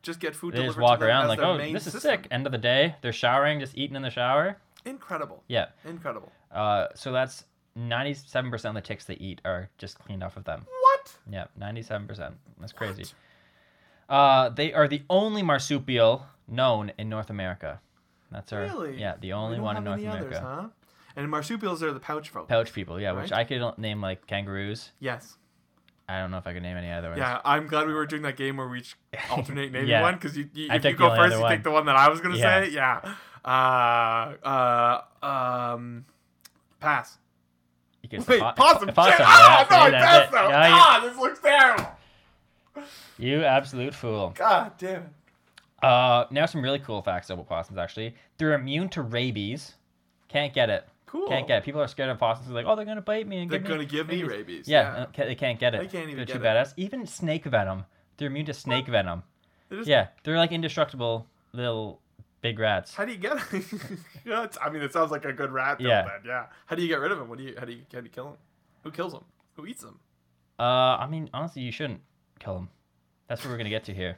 just get food Mm-hmm. They delivered just walk to them around as like, their oh, main this is system. sick. End of the day, they're showering, just eating in the shower. Incredible, Yeah. incredible. Uh, so that's 97% of the ticks they eat are just cleaned off of them. What? Yeah, 97%. That's crazy. Uh, they are the only marsupial known in North America. That's our Really? yeah, the We only don't one in have North any America. others, huh? And marsupials are the pouch folk. Pouch people, yeah, which Right? I could name like kangaroos. yes. I don't know if I could name any other ones. Yeah, I'm glad we were doing that game where we each alternate naming Yeah. one because you, you, I if you took the go only first, other you one. take the one that I was gonna Yeah. say. Yeah. Uh, uh, um, pass. You could say Wait, po- possum. a Shit. possum, Ah, yeah, no, I see, that's passed it. though. Yeah, you- ah, this looks terrible. you absolute fool. God damn it. Uh, now some really cool facts about possums. Actually, they're immune to rabies. Can't get it. Cool. Can't get it. People are scared of possums. They're like, oh, they're gonna bite me and They're give gonna me. give me rabies. Yeah, uh, ca- they can't get it. They can't even They're too get badass. Even snake venom. They're immune to snake venom. They're just- Yeah, they're like indestructible little big rats. How do you get? it? Yeah, it's- I mean, it sounds like a good rat. Yeah. Yeah. Then. Yeah. How do you get rid of him? What do you? How do you? How do you kill him? Who kills him? Who eats him? Uh, I mean, honestly, you shouldn't kill them. That's what we're gonna get to here.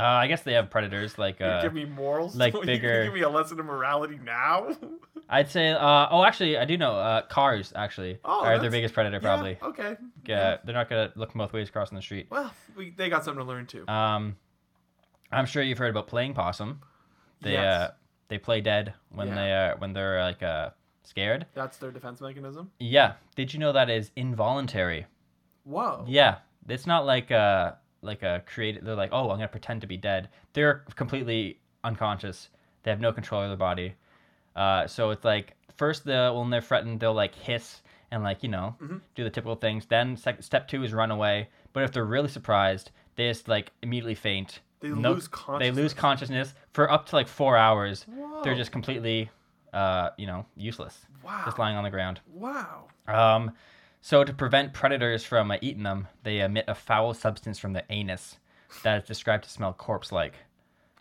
Uh, I guess they have predators like. You Uh, give me morals. like You bigger- Give me a lesson in morality now. I'd say. Uh, oh, actually, I do know. Uh, cars actually Oh, are their that's- biggest predator probably. Yeah, okay. Yeah, they're not gonna look both ways crossing the street. Well, we, they got something to learn too. Um, I'm sure you've heard about playing possum. They Yes. uh, they play dead when Yeah. they are when they're like uh, scared. That's their defense mechanism. Yeah. Did you know that is involuntary? Whoa. Yeah. It's not like uh like a created. They're like, oh, I'm gonna pretend to be dead. They're completely unconscious. They have no control over their body. Uh, so it's like first the when they're threatened, they'll like hiss and like you know Mm-hmm. do the typical things. Then sec- step two is run away. But if they're really surprised, they just like immediately faint. They lose They lose consciousness for up to like four hours. Whoa. They're just completely uh, uh, you know, useless, Wow. just lying on the ground. Wow. Um, so to prevent predators from uh, eating them, they emit a foul substance from their anus that is described to smell corpse-like.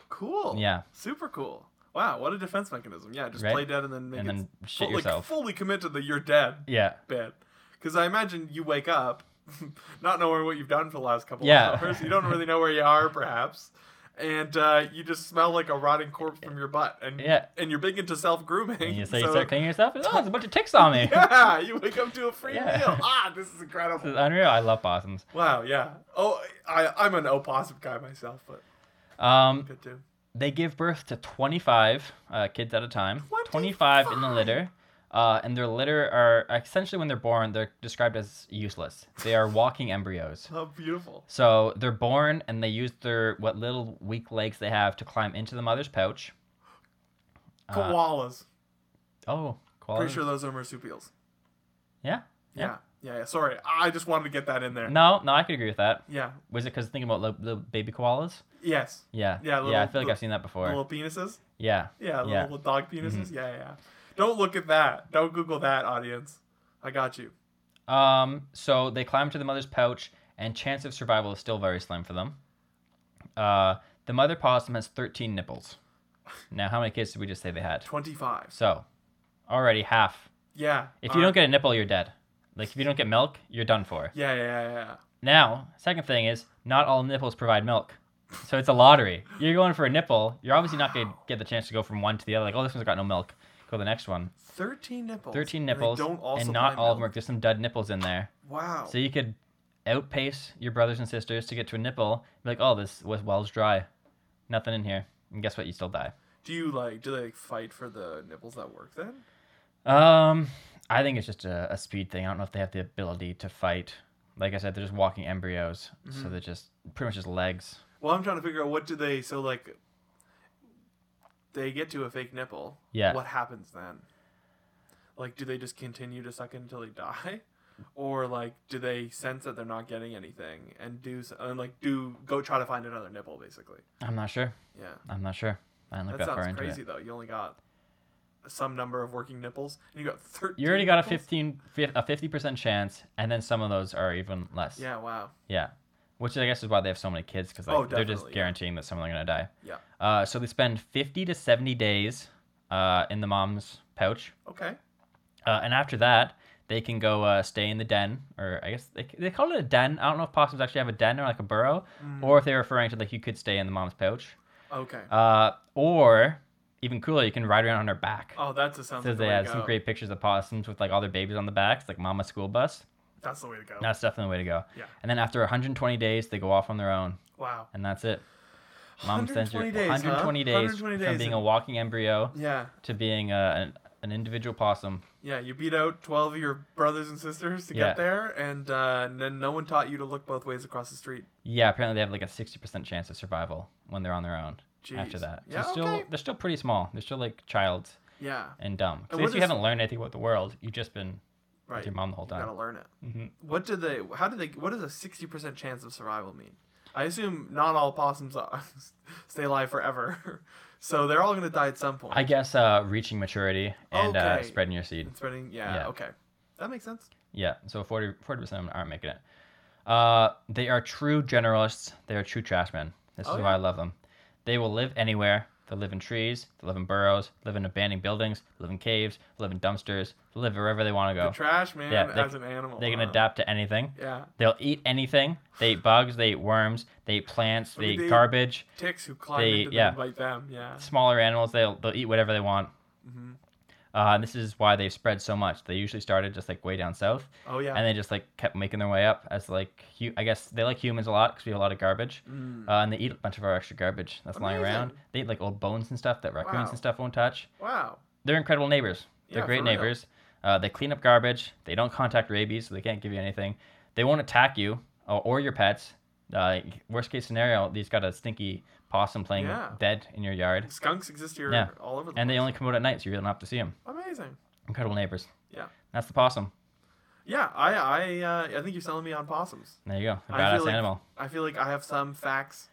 Cool. Yeah. Super cool. Wow, what a defense mechanism. Yeah, just Right? play dead and then make And it then shit fu- like, yourself. fully committed that you're dead Yeah. bit. Because I imagine you wake up not knowing what you've done for the last couple Yeah. of hours. You don't really know where you are, perhaps. And uh, you just smell like a rotting corpse from your butt. And, Yeah. and you're big into self grooming. And you, so you start cleaning yourself. and, Oh, there's a bunch of ticks on me. yeah, you wake up to a free Yeah. meal. Ah, this is This incredible. is unreal. I love possums. Wow, yeah. Oh, I, I'm an opossum guy myself, but Um, good too. they give birth to 25 uh, kids at a time 25 in the 25? litter uh, and their litter are essentially when they're born they're described as useless they are walking embryos How beautiful. so they're born and they use their what little weak legs they have to climb into the mother's pouch Uh, Koalas. oh quality Pretty sure those are marsupials. yeah Yeah. yeah, yeah. Sorry, I just wanted to get that in there. no no i could agree with that Yeah. was it because thinking about little, little baby koalas Yes. yeah Yeah, yeah i little- feel like little- i've seen that The before Little penises. yeah Yeah. the Yeah. Mm-hmm. Little dog penises. Yeah, yeah. yeah. Don't look at that. Don't Google that, audience. I got you. Um, so they climb to the mother's pouch, and chance of survival is still very slim for them. Uh, the mother possum has 13 nipples. Now, how many kids did we just say they had? Twenty-five. So, already half. Yeah. If you uh, don't get a nipple, you're dead. Like, if you don't get milk, you're done for. Yeah, yeah, yeah, yeah. Now, second thing is, not all nipples provide milk. So it's a lottery. You're going for a nipple. You're obviously not going to get the chance to go from one to the other. Like, oh, this one's got no milk. Go to the next one. Thirteen nipples. 13 and they nipples, don't all and supply not all of them milk. work. There's some dud nipples in there. Wow. So you could outpace your brothers and sisters to get to a nipple. Be like, oh, this was well's dry, nothing in here, and guess what? You still die. Do you like? Do they like, fight for the nipples that work then? Um, I think it's just a, a speed thing. I don't know if they have the ability to fight. Like I said, they're just walking embryos, Mm-hmm. so they're just pretty much just legs. Well, I'm trying to figure out what do they. So like, they get to a fake nipple. Yeah. What happens then? Like, do they just continue to suck it until they die, or like, do they sense that they're not getting anything and do s- and like do go try to find another nipple basically? I'm not sure. Yeah. I'm not sure. I didn't look That, that, far sounds into crazy it. though. You only got some number of working nipples, and you got thirteen. You already got a nipples? 15, fif- a 50% chance, and then some of those are even less. Yeah. Wow. Yeah. Which I guess is why they have so many kids because like, Oh, they're just definitely, yeah. guaranteeing that some of them are gonna die. Yeah. Uh, so they spend 50 to 70 days uh, in the mom's pouch, Okay. uh, and after that, they can go uh, stay in the den, or I guess they, they call it a den. I don't know if possums actually have a den or like a burrow, Mm. or if they're referring to like you could stay in the mom's pouch, Okay. uh, or even cooler, you can ride around on her back. oh, that's a sounds. so like uh, the they way to have some go. great pictures of possums with like all their babies on the backs, like mama school bus. That's the way to go. That's definitely the way to go. Yeah. And then after 120 days, they go off on their own Wow. and that's it. Mom sends you 120 days, huh? 120 days 120 from days being and- a walking embryo Yeah. to being uh, an, an individual possum. Yeah, you beat out 12 of your brothers and sisters to Yeah. get there, and, uh, and then no one taught you to look both ways across the street. Yeah, apparently they have like a 60% chance of survival when they're on their own after Jeez. that. So Yeah, still, okay. they're still pretty small. They're still like child Yeah, and dumb. 'Cause And At least what you is- haven't learned anything about the world. You've just been right. with your mom the whole You gotta time. learn it. Mhm. What do they, how do they, what does a 60% chance of survival mean? I assume not all possums are, stay alive forever, so they're all gonna die at some point. I guess uh, reaching maturity and uh, Okay. spreading your seed. And spreading, yeah, Yeah. okay. That makes sense. Yeah, so 40, 40% of them aren't making it. Uh, they are true generalists. They are true trashmen. This Oh, is yeah. why I love them. They will live anywhere. They live in trees. They live in burrows. Live in abandoned buildings. Live in caves. Live in dumpsters. Live wherever they want to The go. trash man Yeah, they- as an animal. they can huh? adapt to anything. Yeah, They'll eat anything. They eat bugs. They eat worms. They eat plants. I They mean, eat they- garbage. ticks who climb They- into yeah. them and bite them, yeah. Smaller animals. They'll they'll eat whatever they want. Mhm. Uh, this is why they've spread so much. They usually started just like way down south. Oh, yeah. and they just like kept making their way up as like hu- I guess they like humans a lot because we have a lot of garbage, Mm. uh, and they eat a bunch of our extra garbage that's lying around. Amazing. They eat like old bones and stuff that raccoons Wow. and stuff won't touch. Wow. They're incredible neighbors. They're Yeah, great for real. neighbors. Uh, they clean up garbage. They don't contact rabies, so they can't give you anything. They won't attack you or, or your pets. Uh, worst case scenario, they've got a stinky possum playing Yeah. dead in your yard, Skunks exist here Yeah. all over the and they place. only come out at night, so you really don't have to see them. Amazing. Incredible neighbors. Yeah. That's the possum. Yeah, I I uh, I think you're selling me on possums. There you go. A I feel badass like- animal. I feel like I have some facts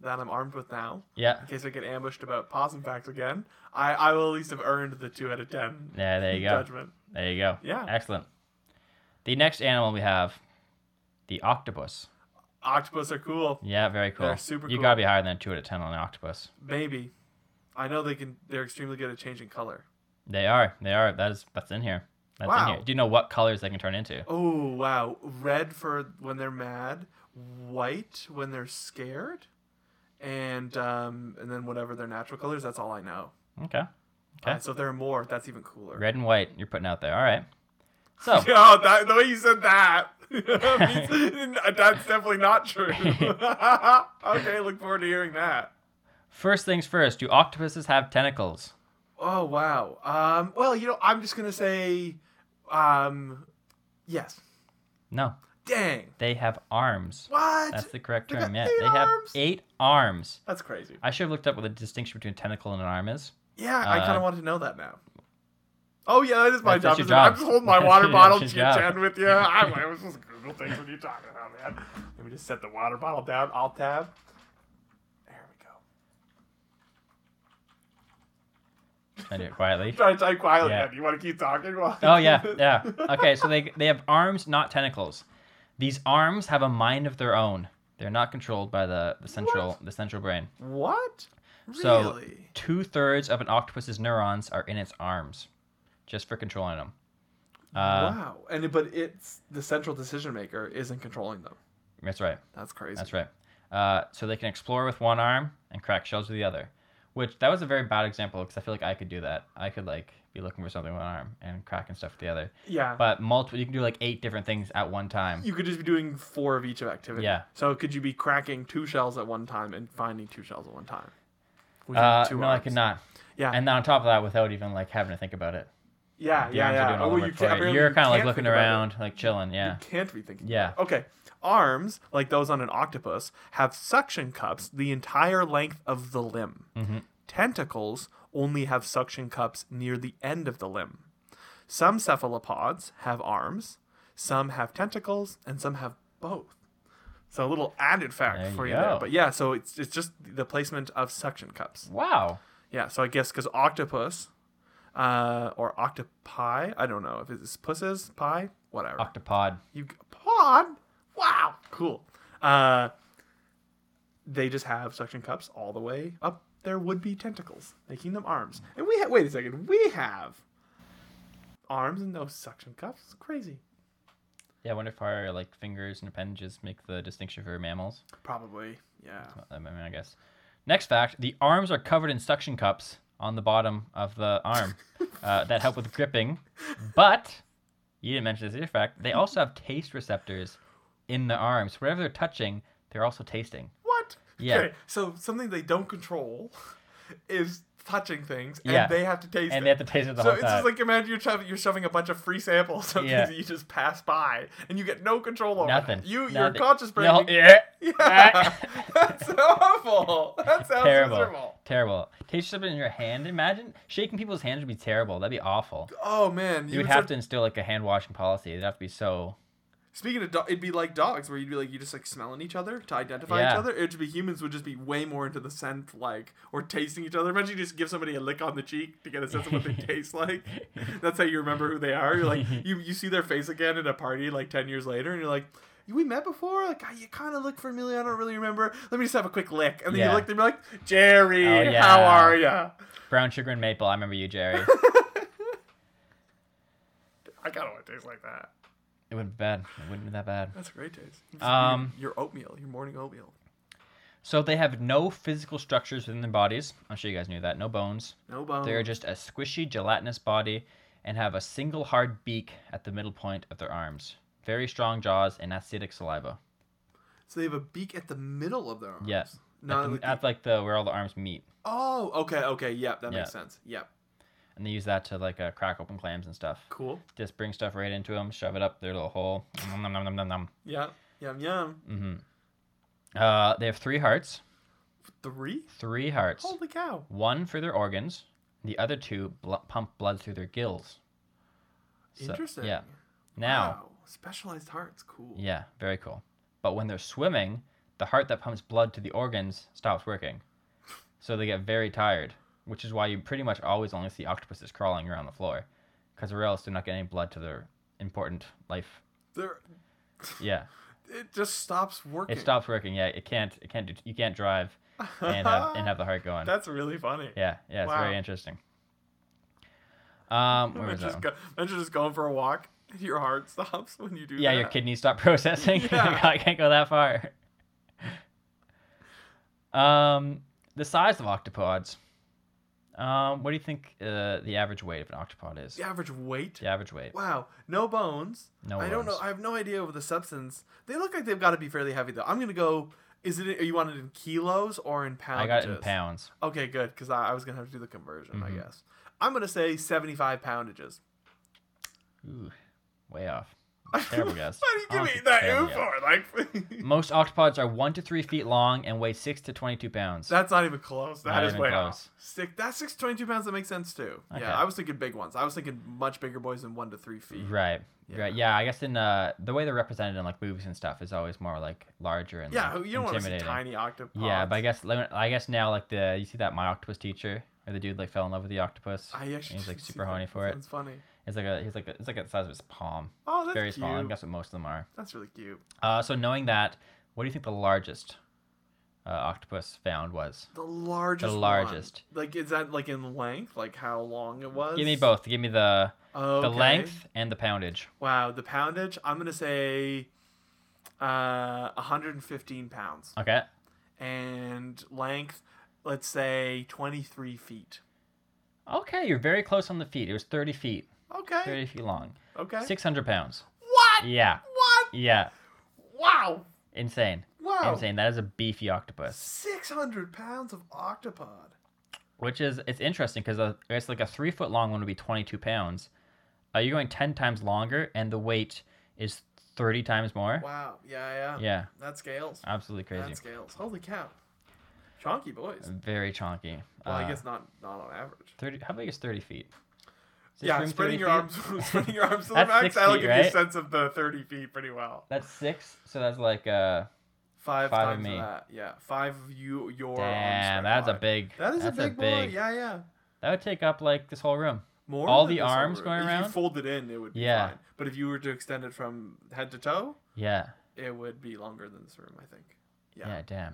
that I'm armed with now. Yeah. In case I get ambushed about possum facts again, I, I will at least have earned the two out of ten Yeah, there you go. judgment. There you go. Yeah. Excellent. The next animal we have, the octopus. Octopus are cool, Yeah, very cool. They're super you cool. gotta be higher than a two out of ten on an octopus. maybe. I know they can. They're extremely good at changing color. They are. They are. That is. That's in here. That's in Wow. here. Do you know what colors they can turn into? Oh wow! Red for when they're mad, white when they're scared, and um, and then whatever their natural colors. That's all I know. Okay. Okay. Uh, so if there are more, that's even cooler. Red and white. You're putting out there. All right. So Yo, that, the way you said that, means- that's definitely not true. okay, look forward to hearing that. first things first. Do octopuses have tentacles? Oh wow. Um, well, you know, I'm just gonna say, um, yes. No. Dang. They have arms. What? That's the correct They got term. Yeah. eight They have arms? eight arms. That's crazy. I should have looked up what the distinction between a tentacle and an arm is. Yeah, I Uh, kind of wanted to know that now. Oh yeah, that is my job. That's- that's isn't it? your job. I'm just holding my That's water your- bottle that's chit your job. chat with you. I'm like, I was just Google things. What are you talking about, man? Let me just set the water bottle down. Alt tab. There we go. Should I do it quietly? Try to type quietly. Yeah. man. You want to keep talking? While Oh yeah, yeah. Okay, so they they have arms, not tentacles. These arms have a mind of their own. They're not controlled by the, the central the central brain. What? So Really? two thirds of an octopus's neurons are in its arms, just for controlling them. Uh, wow. And it- but it's the central decision maker isn't controlling them. That's right. That's crazy. That's right. Uh, so they can explore with one arm and crack shells with the other. Which that was a very bad example because I feel like I could do that. I could like be looking for something with one arm and cracking stuff with the other. Yeah. But multiple, you can do like eight different things at one time. you could just be doing four of each of activity. Yeah. So could you be cracking two shells at one time and finding two shells at one time? With Uh, two no, I arms. could not. Yeah. And then on top of that, without even like having to think about it, Yeah, The yeah, arms are doing yeah. all Oh, the well, you work can't, for it. apparently You're you kind of like can't looking think about it. around, like chilling. Yeah. You can't be thinking. Yeah. about it. Okay. Arms, like those on an octopus, have suction cups the entire length of the limb. Mm-hmm. Tentacles only have suction cups near the end of the limb. Some cephalopods have arms, some have tentacles, and some have both. So a little added fact There for you you there. go. But yeah, so it's it's just the placement of suction cups. Wow. Yeah, so I guess because octopus, uh, or octopi, I don't know if it's pusses, pie, whatever. Octopod. you pod? Wow, cool. Uh, they just have suction cups all the way up their would-be tentacles, making them arms. And we ha- wait a second, we have arms and no suction cups. It's crazy. Yeah. I wonder if our like fingers and appendages make the distinction for mammals. Probably, yeah. I mean, I guess. Next fact: the arms are covered in suction cups on the bottom of the arm uh, that help with gripping. But you didn't mention this other fact. They also have taste receptors in the arms. Whatever they're touching, they're also tasting. What? Yeah. So something they don't control is touching things, and Yeah. they have to taste. it. And they have to taste it the So whole it's time. just like imagine you're shoving, you're shoving a bunch of free samples of Yeah. things that you just pass by and you get no control over. Nothing. You your Nothing. conscious brain. No, you- yeah. Yeah. That's awful. That sounds terrible. miserable. Terrible. Taste something in your hand. Imagine shaking people's hands would be terrible. That'd be awful. Oh man, You, would have to instill like a hand washing policy. It'd have to be so. Speaking of, do- it'd be like dogs, where you'd be like you just like smelling each other to identify Yeah. each other. It'd be humans would just be way more into the scent, like or tasting each other. Imagine you just give somebody a lick on the cheek to get a sense of what they taste like. That's how you remember who they are. You're like you you see their face again at a party like ten years later, and you're like. We met before, like "Ah, you kind of look familiar. I don't really remember. Let me just have a quick lick, and then Yeah. you look, they're like, "Jerry, Oh, yeah. how are ya?" Brown sugar and maple. I remember you, Jerry. I kind of want to taste like that. it wouldn't be bad. It wouldn't be that bad. That's a great taste. Um, your, your oatmeal, your morning oatmeal. So they have no physical structures within their bodies. I'm sure you guys knew that. No bones. No bone. They are just a squishy, gelatinous body and have a single hard beak at the middle point of their arms. Very strong jaws and acidic saliva. So they have a beak at the middle of their arms. Yes. Not at, like the, the- at like the where all the arms meet. oh, okay, okay, yep, that Yeah. makes sense. Yep, And they use that to like uh, crack open clams and stuff. cool. just bring stuff right into them, shove it up their little hole. Nom, nom, nom, nom, nom, nom. Yep, yum yum. Uh, they have three hearts. Three. Three hearts. Holy cow! One for their organs. The other two bl- pump blood through their gills. So- Interesting. Yeah. Now, Wow. specialized hearts, cool. yeah, very cool. But when they're swimming, the heart that pumps blood to the organs stops working. So they get very tired, which is why you pretty much always only see octopuses crawling around the floor, because or else they're not getting any blood to their important life. There, Yeah, it just stops working. it stops working. Yeah, it can't. It can't. Do, you can't drive and have and have the heart going. That's really funny. Yeah, yeah, it's very Wow. interesting. Um, where Imagine was that just, one? go, imagine just going for a walk. Your heart stops when you do yeah, that. your kidneys stop processing. Yeah. I can't go that far. um, the size of octopods. Um, what do you think uh, the average weight of an octopod is? The average weight. The average weight. Wow, no bones. No I don't know. bones. I have no idea of the substance. They look like they've got to be fairly heavy though. I'm gonna go. Is it? Are you want it in kilos or in pounds? I got it in pounds. Okay, good, because I, I was gonna have to do the conversion. Mhm. I guess I'm gonna say 75 poundages. Ooh, way off. Terrible guess. Why do you give Honestly, me that terrible ooh guess. for? Like, Most octopods are one to three feet long and weigh six to twenty-two pounds. that's not even close. That Not is even way close. off. Six. That's 622 pounds. That makes sense too. Okay. Yeah, I was thinking big ones. I was thinking much bigger boys than one to three feet. Right. Yeah. Right. Yeah. I guess in uh, the way they're represented in like movies and stuff is always more like larger and Yeah, like, you don't want to see intimidating. tiny octopods. Yeah, but I guess lim- I guess now like the you see that my octopus teacher or the dude like fell in love with the octopus. I actually he's like didn't see super that. horny for it. Sounds funny. It's like a he's like a, it's like the size of his palm. Oh, that's Very cute. small. I guess what most of them are. That's really cute. Uh, so knowing that, what do you think the largest uh, octopus found was? The largest. one. largest. Like, is that like in length? Like how long it was? Give me both. Give me the the Okay. length and the poundage. Wow, the poundage. I'm gonna say, uh, 115 pounds. Okay. and length, let's say 23 feet. Okay, you're very close on the feet. It was 30 feet, Okay. 30 feet long, Okay. 600 pounds. What? Yeah, What? yeah, Wow. insane, Wow. insane. That is a beefy octopus. 600 pounds of octopod. which is it's interesting because it's like a three foot long one would be 22 pounds uh, you're going 10 times longer and the weight is 30 times more Wow. Yeah, yeah. yeah That scales. absolutely crazy That scales. Holy cow. Chonky boys. very chonky Well, Uh, I guess not not on average. 30 how big is 30 feet Is this Yeah, room spreading 30 your feet? arms, spreading your arms to the That's max. six That'll feet, give you a right? sense of the thirty feet pretty well. that's six so that's like uh Five, Five of times me. that. Yeah, five of you. Your damn arms that's a wide. big That is that's a big, boy. Yeah, yeah. that would take up like this whole room More All than the this whole arms room. going if If around? you folded in, it would be Yeah. fine. But if you were to extend it from head to toe, yeah it would be longer than this room, I think. yeah, Yeah. Yeah, damn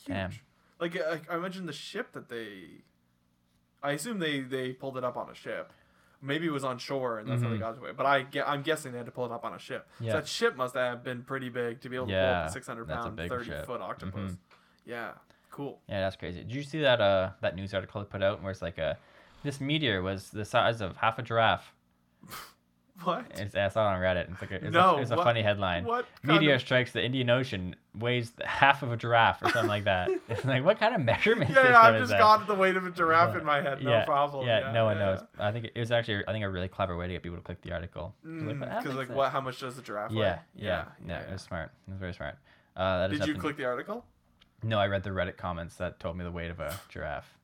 huge. Damn. Like I, I imagine the ship that they I assume they they pulled it up on a ship. Maybe it was on shore and that's how they Mhm. got to it. But I ge- I'm guessing they had to pull it up on a ship. Yeah. So that ship must have been pretty big to be able to pull Yeah, up a 600 that's a pound, big 30 ship. foot octopus. Mhm. Yeah, cool. Yeah, that's crazy. Did you see that uh that news article they put out where it's like uh this meteor was the size of half a giraffe? What? It's, I saw it on Reddit. It's like a, it's No, a, it's a what- funny headline. what kind meteor of- strikes the Indian Ocean, weighs the- half of a giraffe or something like that. It's like what kind of measurement yeah, system yeah, I've is just that? got the weight of a giraffe in my head. No yeah, problem. Yeah, no one yeah, knows. I think it was actually I think a really clever way to get people to click the article. It was Because "Well, that makes Mm, like, sense." what? How much does the giraffe Yeah, weigh? yeah, yeah, It was smart. It was very smart. Uh, that is Did you definitely- click the article? No, I read the Reddit comments that told me the weight of a giraffe.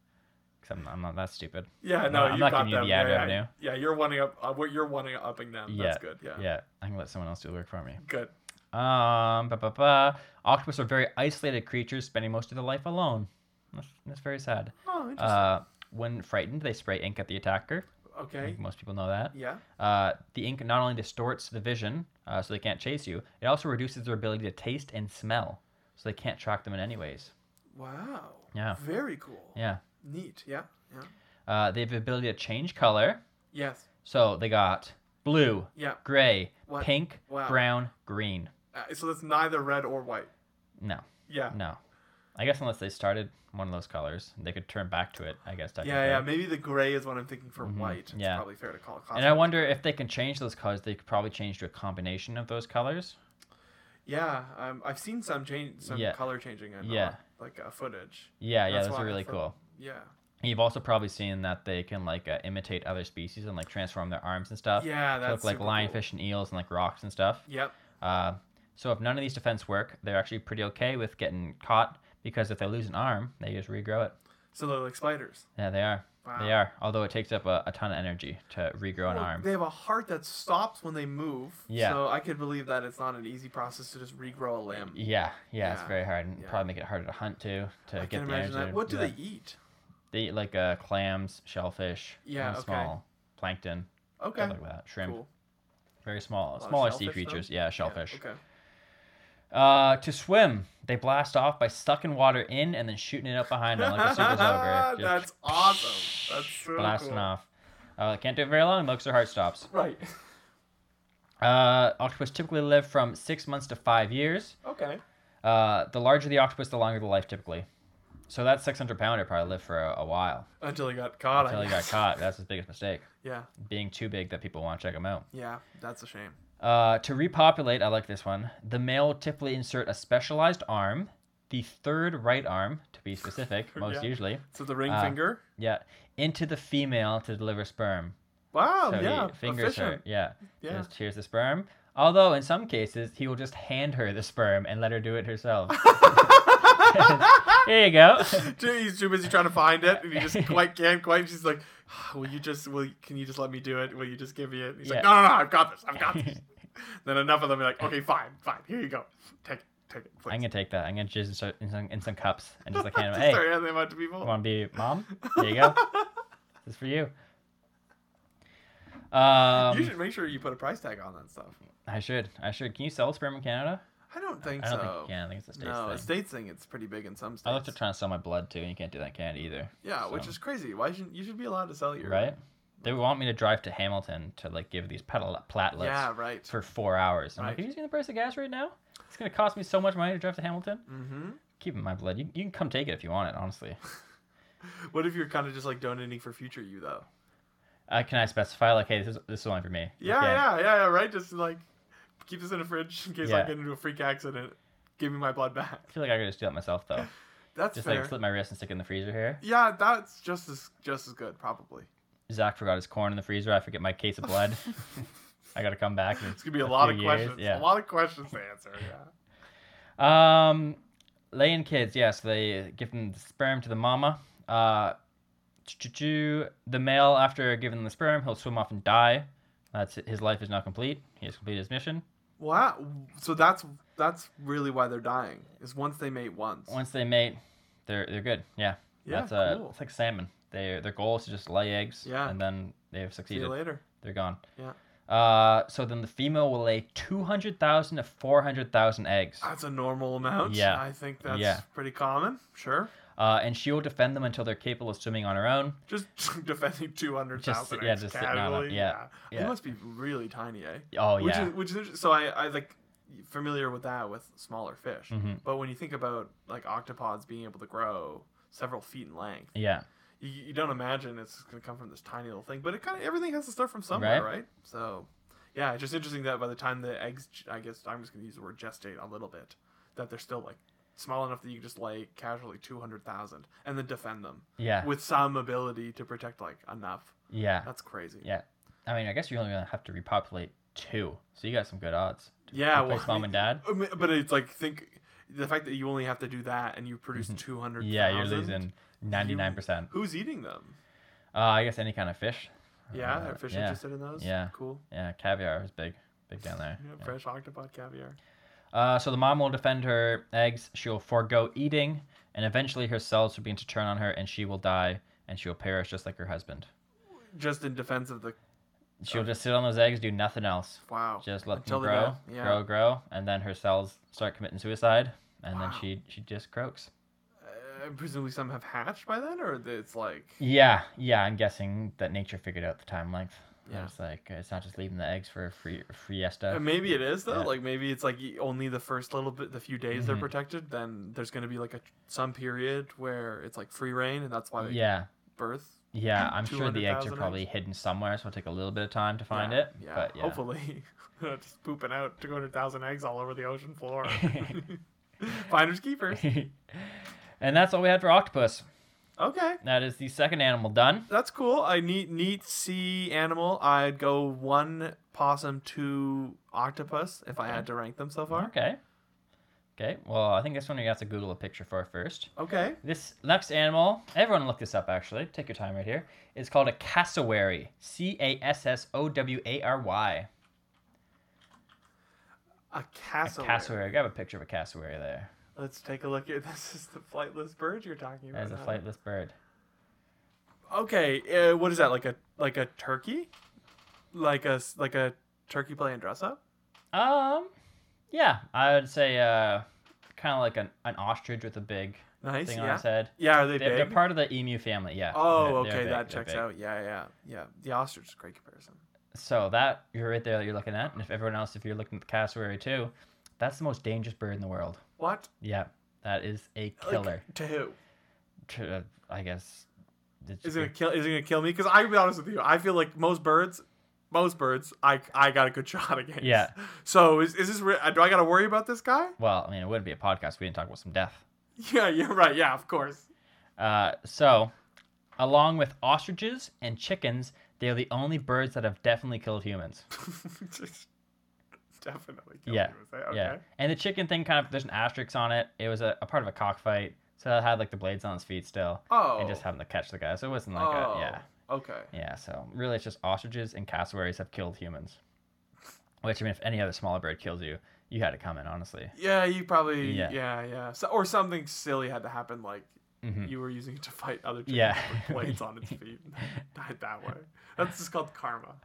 Cause I'm, I'm not that stupid. Yeah, I'm no, not- I'm you not got giving you them. the yeah, ad yeah, revenue. Yeah, you're wanting up. Uh, what- you're wanting upping them. Yeah, That's good. Yeah. Yeah, I can let someone else do the work for me. Good. Um, ba ba ba. Octopus are very isolated creatures, spending most of their life alone. That's, that's very sad. Oh, interesting. Uh, when frightened, they spray ink at the attacker. I okay. think most people know that. Yeah. Uh, the ink not only distorts the vision, uh, so they can't chase you. It also reduces their ability to taste and smell, so they can't track them in any ways. Wow. Yeah. Very cool. Yeah. Neat. Yeah. Yeah. Uh, they have the ability to change color. Yes. So they got blue, Yeah. gray, What? pink, Wow. brown, green. Uh, so that's neither red or white. No, Yeah. no. I guess unless they started one of those colors, they could turn back to it. I guess technically. Yeah, yeah. Maybe the gray is what I'm thinking for Mhm, white. It's yeah. probably fair to call it. And I wonder if they can change those colors. They could probably change to a combination of those colors. Yeah, um, I've seen some change, some Yeah. color changing in Yeah. uh, like uh, footage. Yeah, yeah, That's those why I are really thought- cool. Yeah. And you've also probably seen that they can like uh, imitate other species and like transform their arms and stuff. Yeah, to that's look like super cool. lionfish and eels and like rocks and stuff. Yep. Uh, so if none of these defense work, they're actually pretty okay with getting caught because if they lose an arm, they just regrow it. So they're like spiders. Yeah, they are. Wow. They are, although it takes up a, a ton of energy to regrow an Well, arm. They have a heart that stops when they move. Yeah. So I could believe that it's not an easy process to just regrow a limb. Yeah, yeah, it's Yeah, very hard, and yeah. probably make it harder to hunt too to I get can the energy. imagine that. to What do they that. eat? They eat like uh, clams, shellfish, Yeah, and okay. small plankton, Okay. stuff like that, shrimp, Cool. very small, lot of smaller sea shellfish, though? creatures. Yeah, Yeah, shellfish. okay. Uh, to swim, they blast off by sucking water in and then shooting it up behind them like a super soaker. Just That's awesome. That's so blasting cool. off. Uh, can't do it very long. Looks their heart stops. Right. Uh, octopus typically live from six months to five years. Okay. Uh, the larger the octopus, the longer the life typically. So that 600 pounder probably lived for a, a while Until he got caught. I until he got guess. caught. That's his biggest mistake, Yeah. being too big that people want to check him out. Yeah. That's a shame. Uh, to repopulate, I like this one. The male typically insert a specialized arm, the third right arm to be specific, most Yeah. usually. So the ring Uh, finger. Yeah, into the female to deliver sperm. Wow. so Oh, yeah. he fingers her. efficient. Yeah. Yeah. Just here's the sperm. Although in some cases he will just hand her the sperm and let her do it herself. Here you go. Too- He's too busy trying to find it, and he just quite can't quite. She's like, "Ah, "Will you just? Will you- can you just let me do it? Will you just give me it?" He's Yeah. like, "No, no, no! I've got this. I've got this." then enough of them are like, "Okay, fine, fine. Here you go. Take it, take it, please." I'm gonna take that. I'm gonna jizz in so- in some, in some cups and just like hand Just him. Hey, start handing them out to people. you want to be mom? Here you go. this is for you. Um, you should make sure you put a price tag on that stuff. I should. I should. Can you sell sperm in Canada? I don't think I don't so. think you can. I think it's a states no, thing. a states thing. It's pretty big in some states. I looked at trying to sell my blood too, and you can't do that in Canada either. yeah, which so- is crazy. Why shouldn't you should be allowed to sell your right? They want me to drive to Hamilton to like give these pedal platelets Yeah, right. for four hours. I'm like, Right. are you seeing the price of gas right now? It's gonna cost me so much money to drive to Hamilton. mm-hmm. Keep it in my blood. You, you can come take it if you want it. Honestly, What if you're kind of just like donating for future you though? uh, can I specify like, hey, this is this is only for me? You Yeah, can't- yeah, yeah, yeah, right. Just like keep this in the fridge in case I Yeah. get into a freak accident. Give me my blood back. I feel like I could just do that myself though. That's Just fair. like slip my wrist and stick it in the freezer here. yeah, that's just as just as good, probably. Zach forgot his corn in the freezer. I forget my case of blood. I gotta come back. in It's gonna be a, few lot of years. questions. Yeah. A lot of questions to answer. Yeah. Um, laying kids, yes, they give them the sperm to the mama. Uh, choo-choo-choo. the male, after giving them the sperm, he'll swim off and die. That's it. his life is not complete. He has completed his mission. Wow. So that's that's really why they're dying. Is once they mate once. Once they mate, they're they're good. Yeah, yeah. that's uh, cool. it's like salmon. Their their goal is to just lay eggs. Yeah. and then they've See you succeeded. later. They're gone. Yeah. Uh, so then the female will lay two hundred thousand to four hundred thousand eggs. That's a normal amount. Yeah. I think that's Yeah. pretty common. Sure. Uh, and she will defend them until they're capable of swimming on her own. Just defending two hundred thousand. yeah, just sitting on it, yeah, It yeah. must be really tiny, eh? Oh which yeah. is which is inter- so I I like familiar with that with smaller fish, Mhm. but when you think about like octopods being able to grow several feet in length, Yeah. you, you don't imagine it's going to come from this tiny little thing. But it kind of everything has to start from somewhere, Right. right? So yeah, it's just interesting that by the time the eggs, g- I guess I'm just going to use the word gestate a little bit, that they're still like small enough that you can just lay casually two hundred thousand and then defend them Yeah. with some ability to protect like enough. Yeah. That's crazy. Yeah. I mean, I guess you're only gonna have to repopulate two, so you got some good odds. to Yeah, replace well, I mom mean- and dad. I mean, But it's like think the fact that you only have to do that and you produce two hundred. Mm-hmm. Yeah, you're losing ninety nine percent. Who's eating them? Uh, I guess any kind of fish. Yeah, Uh, are fish yeah. interested in those? Yeah. cool. Yeah, caviar is big, big down there. Yeah, Yeah. fresh octopod caviar. Uh, so the mom will defend her eggs. She'll forego eating, and eventually her cells will begin to turn on her, and she will die, and she will perish just like her husband. Just in defense of the She'll just sit on those eggs, do nothing else, wow. just let Until them they grow, die, yeah. grow, grow, and then her cells start committing suicide, and then Wow. she she just croaks. Uh, presumably some have hatched by then, or it's like Yeah, yeah, I'm guessing that nature figured out the time length. Yeah. Yeah. It's like it's not just leaving the eggs for a free Uh, fiesta. maybe it is though. Yeah. Like maybe it's like y- only the first little bit, the few days they're Mhm. protected. Then there's going to be like a some period where it's like free reign, and that's why they Yeah. birth. Yeah, I'm sure the eggs 200,000 are eggs? probably hidden somewhere, so it'll take a little bit of time to find Yeah, it. Yeah, But yeah. hopefully, just pooping out two hundred thousand eggs all over the ocean floor. Finders keepers. and that's all we had for octopus. Okay, That is the second animal done. that's cool. I neat neat sea animal. I'd go one possum, two octopus if I had to rank them so far. Okay. Okay, well, I think this one you have to Google a picture for first. Okay. This next animal, everyone look this up actually. Take your time right here. It's called a cassowary. C A S S O W A R Y. A A cassowary. cassowary. Grab a picture of a cassowary there. Let's take a look at this. Is the flightless bird you're talking about? That is a huh? flightless bird. Okay. Uh, what is that? Like a like a turkey? Like a s- like a turkey playing dress up? Um, yeah, I would say uh, kind of like an, an ostrich with a big Nice. thing on Yeah. its head. Yeah. Are they They're, they're big? part of the emu family, yeah. oh, They're- okay. they're big, that they're checks big. out. Yeah. Yeah. Yeah. The ostrich is a great comparison. So that you're right there that you're looking at, and if everyone else, if you're looking at the cassowary too, that's the most dangerous bird in the world. What? Yeah, that is a Like, killer. to who? Tr- uh, I guess. it's- Is it gonna kill? Is it gonna kill me? Because I will be honest with you, I feel like most birds, most birds, I I got a good shot against. Yeah. So is, is this re- do I gotta worry about this guy? well, I mean, it wouldn't be a podcast if we didn't talk about some death. Yeah, you're right. Yeah, of course. Uh, so, along with ostriches and chickens, they are the only birds that have definitely killed humans. Just definitely. Kill Yeah, Me with that. okay. Yeah, and the chicken thing kind of there's an asterisk on it. It was a, a part of a cockfight, so it had like the blades on its feet still, Oh. and just happened to catch the guy. So it wasn't like oh. a yeah. Okay. Yeah, so really it's just ostriches and cassowaries have killed humans. Which, I mean, if any other smaller bird kills you, you had it coming, honestly. Yeah, you probably. Yeah. Yeah. Yeah. So, or something silly had to happen, like hmm you were using it to fight other chickens Yeah. with blades on its feet. and Died that way. That's just called karma.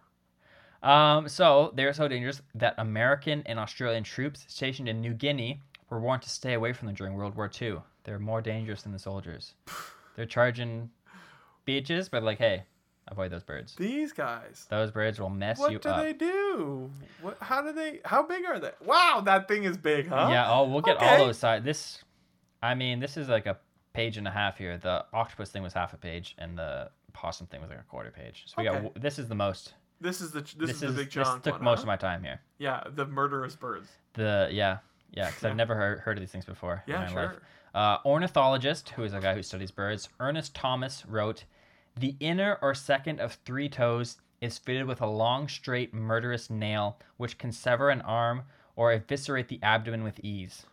Um, so they're so dangerous that American and Australian troops stationed in New Guinea were warned to stay away from them during World War II. They're more dangerous than the soldiers. They're charging beaches, but like, hey, avoid those birds. These guys. Those birds will mess What you do up. they do? What, how do they? How big are they? Wow, that thing is big, huh? Yeah, oh, we'll get Okay. all those sides. This, I mean, this is like a page and a half here. The octopus thing was half a page, and the possum thing was like a quarter page. So we got Okay. got this is the most. This is the this, is, the big this chunk. took one, most huh? of my time here. Yeah, the murderous birds. The yeah yeah because Yeah. I've never heard, heard of these things before. Yeah, in my sure. life. Uh, ornithologist, who is a guy who studies birds, Ernest Thomas wrote, "The inner or second of three toes is fitted with a long, straight, murderous nail which can sever an arm or eviscerate the abdomen with ease.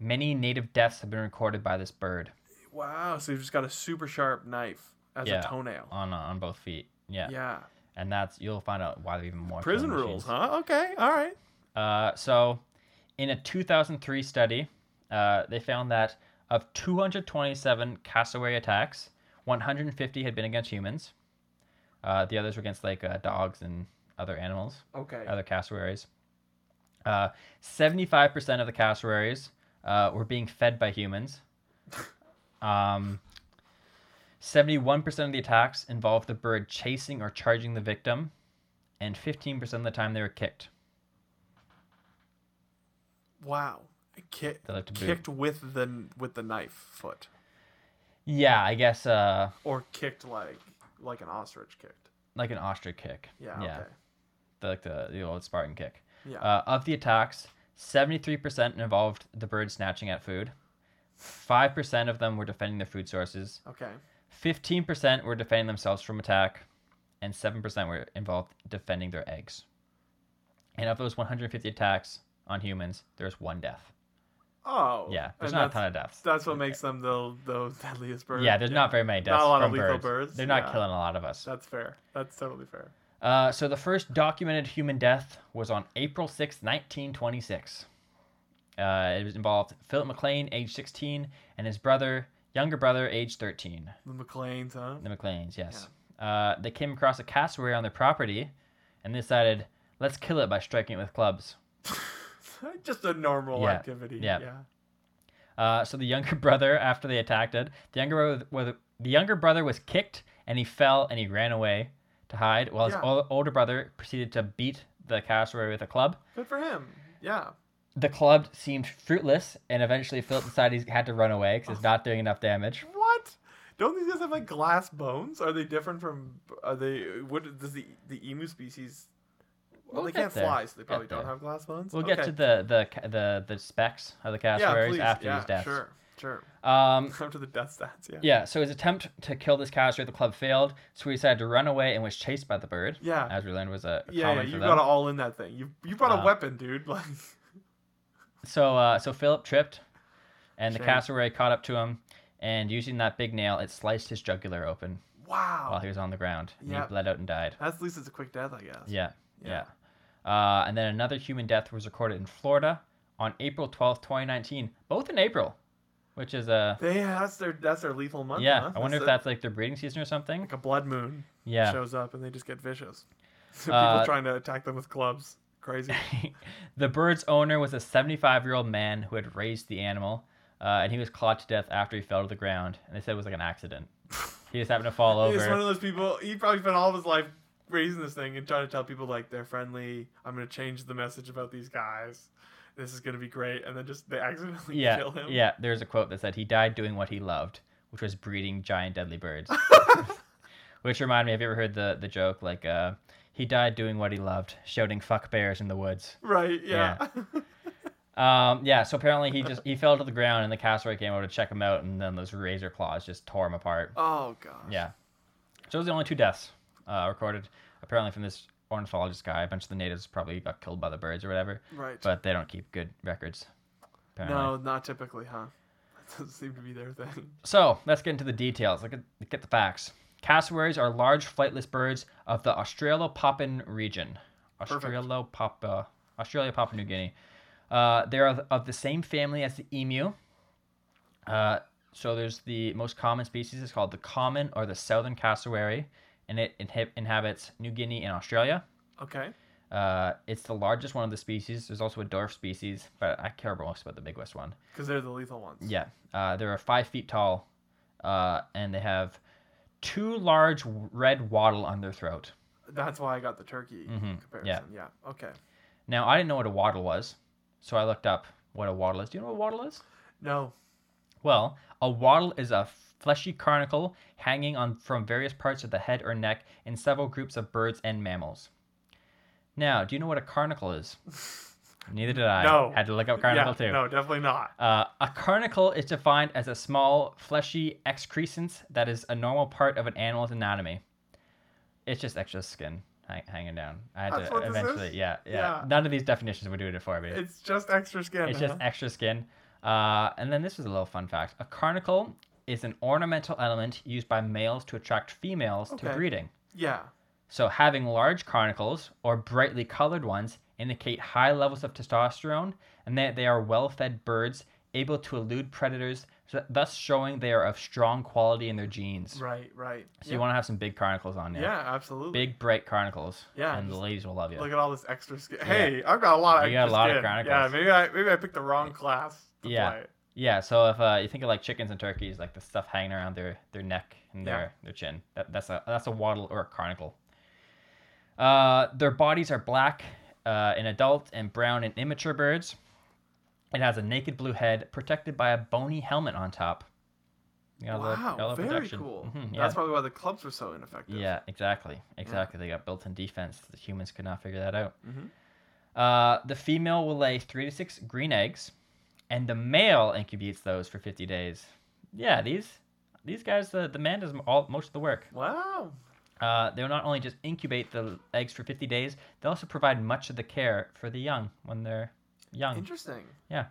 Many native deaths have been recorded by this bird Wow, so you've just got a super sharp knife as Yeah. a toenail. on uh, on both feet. Yeah. Yeah. and that's you'll find out why they're even more killing Prison rules, machines. huh? Okay, all right. Uh, so, in a 2003 study, uh, they found that of 227 cassowary attacks, 150 had been against humans. Uh, the others were against like uh, dogs and other animals, Okay. other cassowaries. Uh, 75% of the cassowaries uh, were being fed by humans. Um, 71% of the attacks involved the bird chasing or charging the victim, and 15% of the time they were kicked. Wow. Ki- They'll have to boot. kicked with the with the knife foot, Yeah, I guess uh, or kicked like like an ostrich kicked. like an ostrich kick. Yeah. yeah, Okay. the, like the, the old Spartan kick. Yeah. Uh, of the attacks, seventy-three percent involved the bird snatching at food. Five percent of them were defending their food sources. okay. Fifteen percent were defending themselves from attack, and seven percent were involved defending their eggs. And of those one hundred and fifty attacks on humans, there's one death. Oh. Yeah, there's and not a ton that's- of deaths. That's what makes them the the deadliest bird. Yeah, there's not very many Not a deaths lot of from lethal birds. birds, They're not yeah. killing a lot of us. That's fair. That's totally fair. Uh, so the first documented human death was on April sixth, 1926. Uh, it was involved Philip McLean, age 16, and his brother, younger brother, age 13. The McLeans, huh? The McLeans, yes. Uh, they came across a cassowary on their property, and they decided, let's kill it by striking it with clubs. Just a normal Yeah, activity. yeah. yeah. Uh, so the younger brother, after they attacked it, the younger brother, was- the younger brother was kicked and he fell and he ran away to hide, while Yeah. his ol- older brother proceeded to beat the cassowary with a club. Good for him. Yeah. the club seemed fruitless, and eventually Philip decided he had to run away because it's not doing enough damage. What? Don't these guys have like glass bones? Are they different from? Are they? What does the the emu species? Well, We'll they get can't there. fly, so they Get probably don't there. have glass bones. We'll get to the the ca- the the specs of the cassowaries after yeah, his death. Sure, sure. Um, After the death stats, yeah. yeah. So his attempt to kill this cassowary at the club failed, so he decided to run away and was chased by the bird. Yeah. As we learned, was a Yeah, a yeah, common for you them. got it all in that thing. You you brought Uh, a weapon, dude. Like, So uh, so Philip tripped, and the Shame. cassowary caught up to him, and using that big nail, it sliced his jugular open Wow. while he was on the ground. And Oh. Yeah. He bled out and died. That's at least it's a quick death, I guess. Yeah, Yeah. yeah. Uh, and then another human death was recorded in Florida on April twelfth, twenty nineteen. Both in April, which is a They, that's their that's their lethal month. yeah. huh? I wonder if it. that's like their breeding season or something. like a blood moon Yeah. shows up and they just get vicious. People Uh, trying to attack them with clubs. Crazy. the bird's owner was a 75 year old man who had raised the animal, uh, and he was clawed to death after he fell to the ground. And they said it was like an accident. He just happened to fall He's one over. of those people. He probably spent all of his life raising this thing and trying to tell people like they're friendly. I'm gonna change the message about these guys. This is gonna be great, and then just they accidentally Yeah, kill him. yeah. There's a quote that said he died doing what he loved, which was breeding giant deadly birds. which remind me, have you ever heard the the joke like uh, he died doing what he loved, shouting "fuck bears" in the woods? Right. Yeah. Um, yeah. So apparently he just he fell to the ground, and the cassowary came over to check him out, and then those razor claws just tore him apart. oh gosh. Yeah. So those are the only two deaths uh, recorded, apparently from this ornithologist guy. A bunch of the natives probably got killed by the birds or whatever, Right. but they don't keep good records. Apparently. no, not typically, huh? That doesn't seem to be their thing. So let's get into the details. Let's get, get the facts. Cassowaries are large flightless birds of the Australopapin region. Perfect. Australopapa, Australia, Papua New Guinea. Uh, they are of the same family as the emu. Uh, so there's the most common species is called the common or the southern cassowary, and it inhab- inhabits New Guinea and Australia. Okay. Uh, it's the largest one of the species. There's also a dwarf species, but I care most about the big west one. Because they're the lethal ones. Yeah, uh, they are five feet tall, uh, and they have two large w- red wattle on their throat. That's why I got the turkey Mhm, comparison. Yeah. Okay. Now I didn't know what a wattle was, so I looked up what a wattle is. Do you know what a wattle is? No. Well, a wattle is a fleshy carnicle hanging on from various parts of the head or neck in several groups of birds and mammals. Now, do you know what a carnicle is? Neither did I. No. Had to look up carnicle yeah. too. No, definitely not. Uh, a carnicle is defined as a small, fleshy excrescence that is a normal part of an animal's anatomy. It's just extra skin hang- hanging down. I had That's to what this eventually, is? yeah, yeah, Yeah. None of these definitions were doing it for me. It's, It's just extra skin. just huh? extra skin. Uh, and then this was a little fun fact. A carnicle is an ornamental element used by males to attract females Okay. to breeding. yeah. So having large carnicles or brightly colored ones indicate high levels of testosterone and that they are well-fed birds able to elude predators, th- thus showing they are of strong quality in their genes. Right. Right. So yeah. you want to have some big carnicles on you. yeah. absolutely. Big bright carnicles. Yeah, And the just ladies will love you. Look at all this extra skin. Hey, I've got a lot of You extra got a lot of skin. Chronicles. Yeah, maybe I maybe I picked the wrong class. To Yeah. Play. yeah, so if uh, you think of like chickens and turkeys, like the stuff hanging around their, their neck and Yeah. their, their chin. That, that's a that's a wattle or a carnicle. Uh, their bodies are black uh, in adult and brown in immature birds. It has a naked blue head protected by a bony helmet on top. You got a little- Wow, got a little very protection. cool. Mhm, yeah. That's probably why the clubs were so ineffective. Yeah, exactly. Exactly. They got built in defense. The humans could not figure that out. Mhm. Uh, the female will lay three to six green eggs, and the male incubates those for 50 days. Yeah, these these guys, the, the man does all most of the work. Wow. Uh, they'll not only just incubate the eggs for 50 days, they also provide much of the care for the young when they're young. Interesting. Yeah.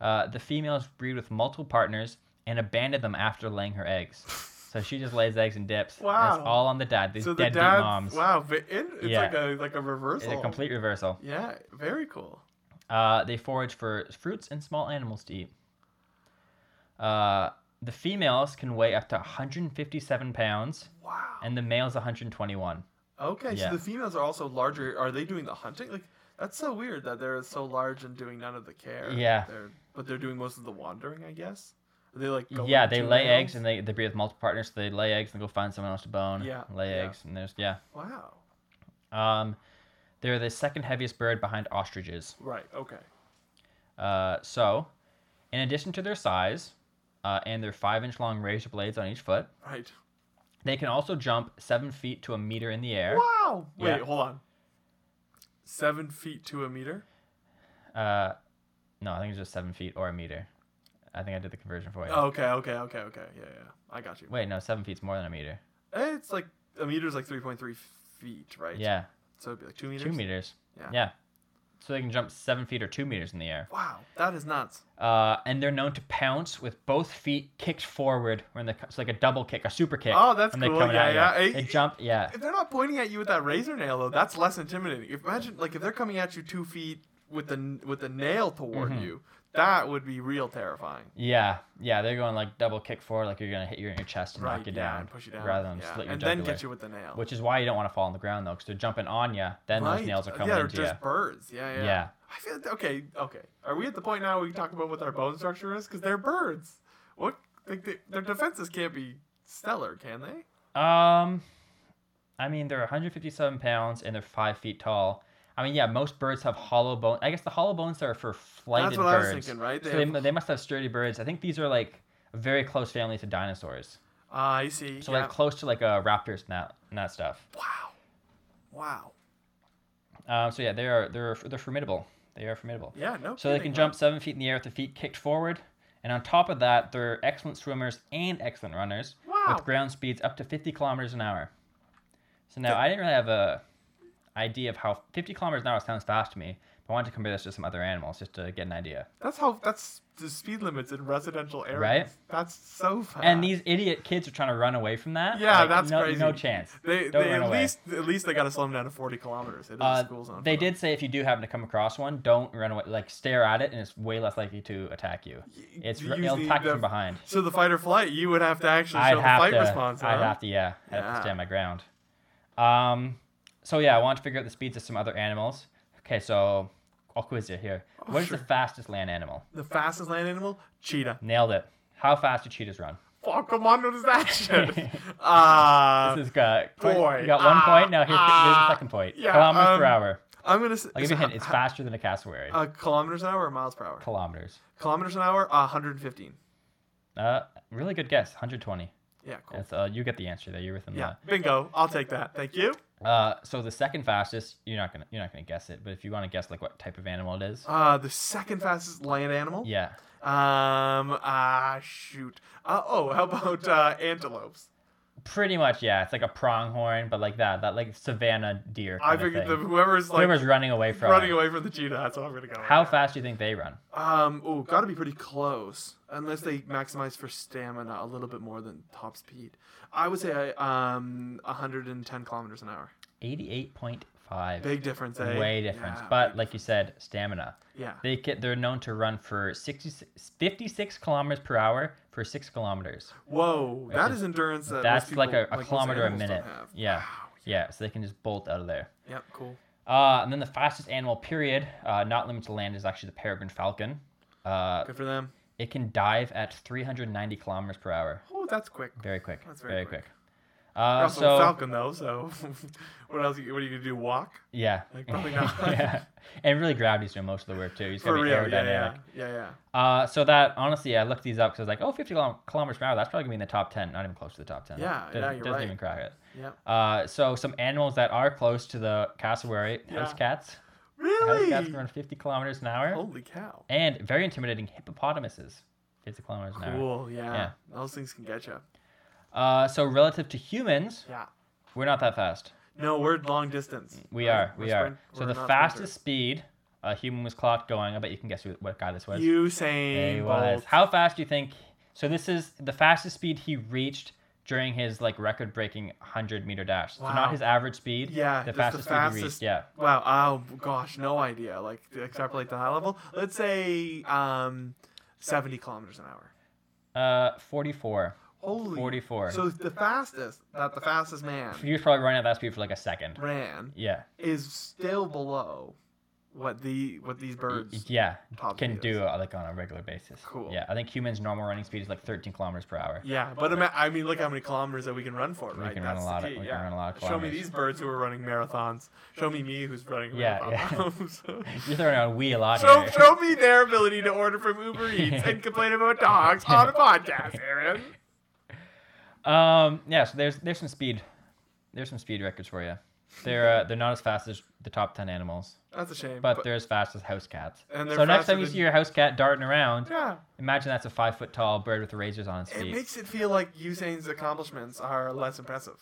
Uh, the females breed with multiple partners and abandon them after laying her eggs. So she just lays eggs and dips. and Wow. It's all on the dad. These so the deadbeat dad. moms. Wow. ve- in- It's Yeah. like a like a It's reversal. a complete reversal. Yeah. Very cool. Uh, they forage for fruits and small animals to eat. Uh, the females can weigh up to 157 pounds, Wow. and the males 121. okay. yeah. So the females are also larger. Are they doing the hunting? Like that's so weird that they're so large and doing none of the care. Yeah. They're, but they're doing most of the wandering, I guess. Are they like. yeah, they lay eggs and they, they breed with multiple partners. So they lay eggs and go find someone else to bone. Yeah, Lay yeah. eggs and there's yeah. Wow. Um, they're the second heaviest bird behind ostriches. Right. Okay. Uh, so, in addition to their size, uh, and their five inch long razor blades on each foot, Right. they can also jump seven feet to a meter in the air. Wow. Wait, Yeah. hold on. Seven feet to a meter. Uh, no, I think it's just seven feet or a meter. I think I did the conversion for you. Oh, okay, okay, okay, okay. Yeah, yeah. I got you. Wait, no, seven feet's more than a meter. Eh, It's like a meter's like three point three feet, right? Yeah, So it'd be like two meters. two meters. Yeah. Yeah. so they can jump seven feet or two meters in the air. Wow, that is nuts. Uh, and they're known to pounce with both feet kicked forward when they it's like a double kick, a super kick. Oh, that's when they cool. coming Yeah, at you. yeah. I- They jump, yeah. If they're not pointing at you with that razor nail, though, that's less intimidating. If, imagine like if they're coming at you two feet with the with the nail toward Mm-hmm. you, that would be real terrifying. Yeah, yeah, they're going like double kick forward, like you're gonna hit you in your chest and knock you yeah, down, and push you down, rather than yeah. slit your and jugular. then get you with the nail. Which is why you don't want to fall on the ground though, because they're jumping on you. Then right. those nails are coming yeah, they're into you. just birds. Yeah, yeah. Yeah. I feel okay. Okay, are we at the point now we can talk about what their bone structure is? Because they're birds. What like they, their defenses can't be stellar, can they? Um, I mean they're 157 pounds and they're five feet tall. I mean, yeah, most birds have hollow bones. I guess the hollow bones are for flighted what I was birds. thinking, right? So They they, have- mu- they must have sturdy birds. I think these are like a very close family to dinosaurs. I see. So yeah. like close to like uh, raptors and that, and that stuff. wow, wow. Um, so yeah, they are they're they're formidable. They are formidable. Yeah, no. So they kidding, can huh? jump seven feet in the air with the feet kicked forward. And on top of that, they're excellent swimmers and excellent runners Wow. with ground speeds up to 50 kilometers an hour. So now I didn't really have a idea of how 50 kilometers an hour sounds fast to me. But I wanted to compare this to some other animals just to get an idea. That's how. That's the speed limits in residential areas. Right? That's so fast. And these idiot kids are trying to run away from that. Uh, Yeah, Like, that's no, crazy. No chance. They, Don't they run at away. least at least they got to slow them down to forty kilometers. It is Uh, a school zone. they for them. did say if you do happen to come across one, don't run away. Like stare at it, and it's way less likely to attack you. Y- It's you it'll use attack the- you from behind. So the fight or flight, you would have to actually I'd show the have fight to. response. I'd huh? have to. Yeah, I'd have Yeah. to stand my ground. Um, so yeah, I want to figure out the speeds of some other animals. Okay, so I'll quiz you here. What Oh, is sure. the fastest land animal? The fastest land animal, cheetah. Nailed it. How fast do cheetahs run? Fuck, come on, what is that shit? uh, this is got boy, You got one ah, point. Now here's, here's ah, the second point. yeah, kilometers per um, hour. I'm gonna. say I'll give you a hint. It's faster than a cassowary. Uh, kilometers an hour or miles per hour? kilometers. kilometers an hour, uh, 115. Uh, really good guess. 120. Yeah, cool. That's, uh, you get the answer there. You're within Yeah, bingo. I'll take that. Thank you. that. Uh, so the second fastest, you're not gonna you're not gonna guess it, but if you want to guess like what type of animal it is, Uh, the second fastest land animal. yeah, Um. Ah, shoot. Uh, oh, how about uh, antelopes? pretty much yeah. It's like a pronghorn, but like that that like savannah deer. I kinda figured thing. that whoever's like whoever's running away from running it. away from the cheetah, that's what I'm gonna go. How with. fast do you think they run? Um. Oh, gotta be pretty close, unless they maximize for stamina a little bit more than top speed. I would say I um 110 kilometers an hour. Eighty-eight point five. Big difference. Eh? Way difference, Yeah, but big- like you said, stamina. yeah. They get, they're known to run for 66, 56 kilometers per hour for six kilometers. Whoa, that is- is endurance. That most That's like people- a, a most kilometer a animals don't minute. have. Yeah. Wow. Yeah. So they can just bolt out of there. Yep. Cool. Uh, and then the fastest animal, period, uh, not limited to land, is actually the peregrine falcon. Uh, Good for them. it can dive at 390 kilometers per hour. Oh, that's quick. Very quick. That's very very, quick. quick. Uh, Russell so Falcon though. So, what else? you- What are you gonna do? Walk? yeah, Like, probably not. yeah, and really gravity's doing most of the work too. He's For gonna real? be Yeah, aerodynamic. yeah, yeah, yeah. Uh, so that honestly, I looked these up because I was like, oh, 50 kilo- kilometers per hour. That's probably gonna be in the top 10. Not even close to the top 10. Yeah, doesn't, yeah, you're doesn't right. even crack it. Yep. Uh, so some animals that are close to the cassowary, Yeah. house cats. House cats Really? can run 50 kilometers an hour. Holy cow. and very intimidating hippopotamuses, 50 kilometers an hour. Cool. Yeah. Yeah. Those things can get you. Uh, so relative to humans, Yeah. we're not that fast. No, we're long distance. We Right? are, We're we are. sprint- So we're the not fastest speed a human was clocked going. I bet you can guess who, what guy this sprinters. was. He Usain was. Bolt. How fast do you think? So this is the fastest speed he reached during his like record-breaking 100 meter dash. So Wow. not his average speed. Yeah, the just the fastest, speed he fastest- reached. Yeah. Wow. Oh gosh, no idea. Like to extrapolate to high level. Let's say um, seventy kilometers an hour. Uh, 44. Holy. 44. So the fastest that the fastest man He was probably running at that speed for like a second. ran Yeah. is still below what the what these birds. Yeah, top can speed do uh, like on a regular basis. Cool. Yeah, I think humans' normal running speed is like 13 kilometers per hour. Yeah, but ima- I mean, look how many kilometers that we can run for, right? can run a That's lot the of- key, we yeah. can run a lot of Show me kilometers. these birds who are running marathons. Show me me who's running Yeah, marathons. You're throwing out we a lot show, here. show me their ability to order from Uber Eats and complain about dogs on a podcast, Aaron. Um, yeah, so there's there's some speed, there's some speed records for you. They're uh, they're not as fast as the top 10 animals, That's a shame. but, they're as fast as house cats. And they're so next faster time you than- see your house cat darting around, yeah, imagine that's a five foot tall bird with razors on its it feet. makes it feel like Usain's accomplishments are less impressive.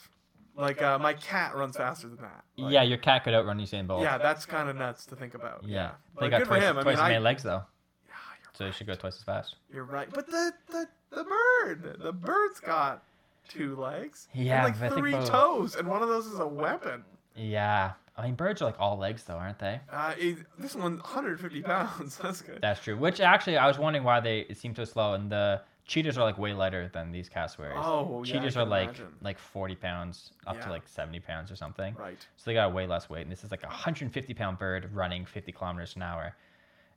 Like uh, my cat runs faster than that. Like, yeah, your cat could outrun Usain Bolt. yeah, that's kind of nuts to think about. Yeah. Yeah, They But got good twice, for him. I twice mean, as many I, legs though, Yeah, you're so they should go twice as fast. You're right. But the, the, the bird, the bird's got two legs. Yeah, And but I like think three both- toes, and one of those is a weapon. Yeah. I mean, birds are like all legs though, aren't they? Uh, it, this one's 150 pounds. That's good. That's true. Which actually, I was wondering why they it seemed so slow. And the cheetahs are like way lighter than these cassowaries. Oh, yeah. I cheetahs can are like imagine. like 40 pounds up to Yeah. like 70 pounds or something. Right. So they got way less weight. And this is like a 150 pound bird running 50 kilometers an hour,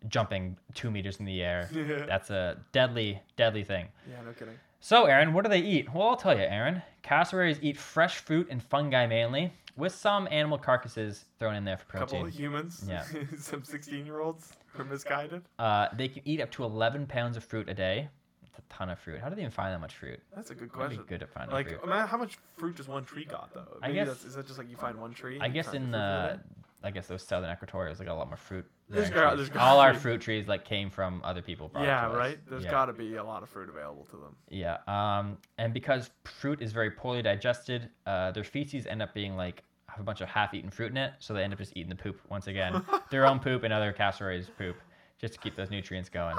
jumping two meters in the air. yeah, That's a deadly, deadly thing. no kidding. So, Aaron, what do they eat? Well, I'll tell you, Aaron. Cassowaries eat fresh fruit and fungi mainly, with some animal carcasses thrown in there for A couple protein. of humans. Yeah. Some 16 year olds who are misguided. Uh, they can eat up to 11 pounds of fruit a day. It's a ton of fruit. How do they even find that much fruit? That's a good I'd be question. good at finding Like, fruit. ima- how much fruit does one tree got though? I Maybe guess- that's, is that just like you find one tree? and I you guess try to in fruit from the, it? I guess those southern equatorials, they got a lot more fruit. than There's our got- trees. there's got All our fruit. fruit trees like came from other people. brought it Yeah, to us. right. There's yeah. got to be a lot of fruit available to them. Yeah. Um, and because fruit is very poorly digested, uh, their feces end up being like have a bunch of half-eaten fruit in it, so they end up just eating the poop once again, their own poop and other cassowaries' poop, just to keep those nutrients going.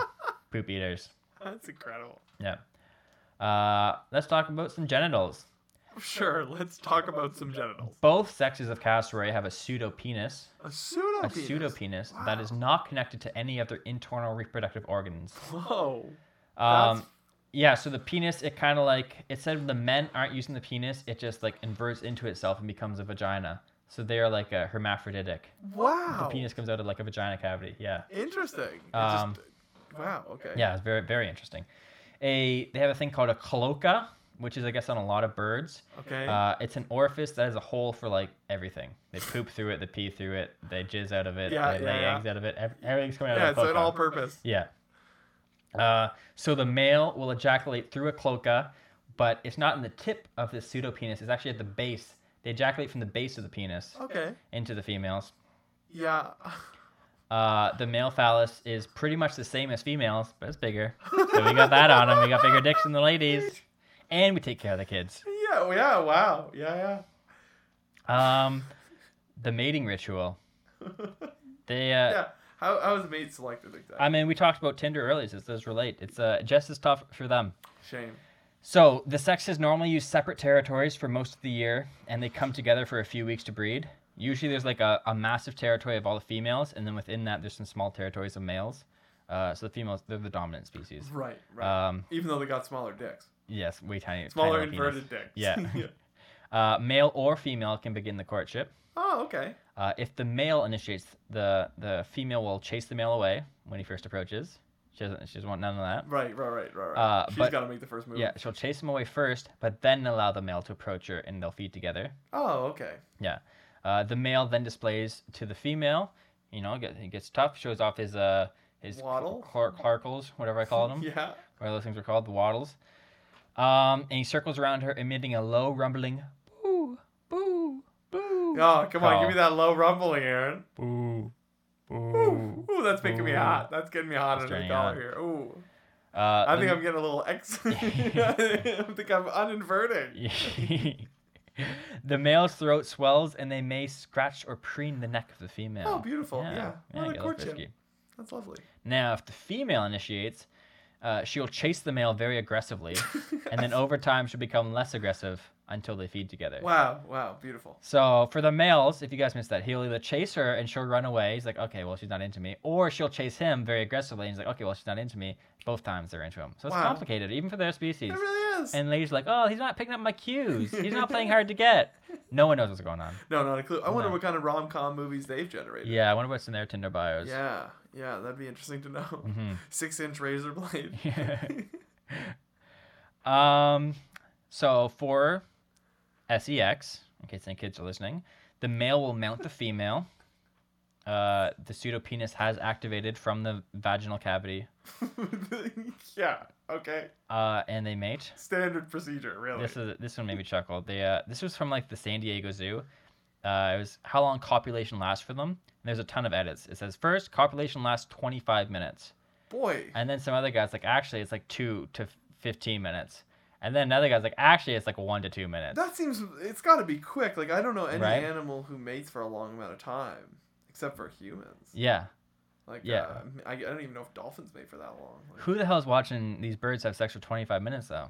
poop eaters. That's incredible. Yeah. Uh, let's talk about some genitals. Sure. Let's talk about some genitals. Both sexes of cassowary have a pseudopenis, A pseudo. a pseudopenis that is not connected to any of their internal reproductive organs. Whoa. Um, That's- yeah, so the penis, it kind of like it said the men aren't using the penis, it just like inverts into itself and becomes a vagina. So they are like a hermaphroditic. Wow. The penis comes out of like a vagina cavity. Yeah, Interesting. It Um, just, wow. Okay. yeah, it's very very interesting. A they have a thing called a cloaca, which is I guess on a lot of birds. Okay. Uh, it's an orifice that is a hole for like everything. They poop through it, they pee through it, they jizz out of it, Yeah, they yeah, lay yeah. eggs out of it. ev- Everything's coming out yeah. It's of a an cloaca. all-purpose. Yeah. Uh, so the male will ejaculate through a cloaca, but it's not in the tip of the pseudopenis. It's actually at the base. They ejaculate from the base of the penis Okay. into the females. Yeah. Uh, the male phallus is pretty much the same as females, but it's bigger. So we got that on them. We got bigger dicks than the ladies, and we take care of the kids. Yeah. well, Yeah. Wow. Yeah. Um, the mating ritual. Yeah. They uh, yeah. How how is mate selected exactly? I mean, we talked about Tinder earlier. So this does relate. It's uh, just as tough for them. Shame. So the sexes normally use separate territories for most of the year, and they come together for a few weeks to breed. Usually, there's like a, a massive territory of all the females, and then within that, there's some small territories of males. Uh, so the females, they're the dominant species. Right. Right. Um, Even though they got smaller dicks, yes, way tiny. tiny smaller little penis. inverted dicks. Yeah. Uh, male or female can begin the courtship. Oh, okay. Uh, if the male initiates, the the female will chase the male away when he first approaches. She doesn't. She doesn't want none of that. Right. Right. Right. Right. right. Uh, She's but- got to make the first move. Yeah, she'll chase him away first, but then allow the male to approach her, and they'll feed together. Oh, okay. Yeah. Uh, the male then displays to the female. You know, get, he gets tough, shows off his uh his Waddle? cl- clarkles, whatever I call them, Yeah. whatever those things are called, the waddles. Um, and he circles around her, emitting a low rumbling boo, boo, boo, Oh, come on. Call. Give me that low rumbling, Aaron. boo, Ooh, ooh, that's making me Ooh. hot. That's getting me hot That's under the turning collar hot. here. Ooh. Uh, I the- think I'm getting a little ex. I think I'm uninverting. the male's throat swells, and they may scratch or preen the neck of the female. Oh, beautiful. Yeah. What a yeah, get a little courtship. frisky. That's lovely. Now, if the female initiates, uh, she'll chase the male very aggressively, and then over time she'll become less aggressive until they feed together. Wow. Wow. Beautiful. So for the males, if you guys missed that, he'll either chase her and she'll run away. He's like, okay, well she's not into me, or she'll chase him very aggressively and he's like, okay, well she's not into me. Both times they're into him, so it's Wow. complicated even for their species. It really is. And ladies are like, oh, he's not picking up my cues. He's not playing hard to get. No one knows what's going on. no, not a clue. I wonder No. what kind of rom com movies they've generated. Yeah, I wonder what's in their Tinder bios. Yeah. Yeah. That'd be interesting to know. Mhm. Six inch razor blade. Um, so for sex, in case any kids are listening, the male will mount the female. Uh, the pseudopenis has activated from the vaginal cavity, yeah. Okay. uh, and they mate. Standard procedure, really. This is this one made me chuckle. They uh, this was from like the San Diego Zoo. Uh, it was how long copulation lasts for them. And there's a ton of edits. It says first copulation lasts 25 minutes, Boy. and then some other guys like actually it's like two to 15 minutes, And then another guy's like, actually, it's like one to two minutes. That seems it's got to be quick. Like I don't know any Right? animal who mates for a long amount of time, except for humans. yeah. Like Yeah. uh, I, I don't even know if dolphins mate for that long. Like- Who the hell is watching these birds have sex for 25 minutes, though?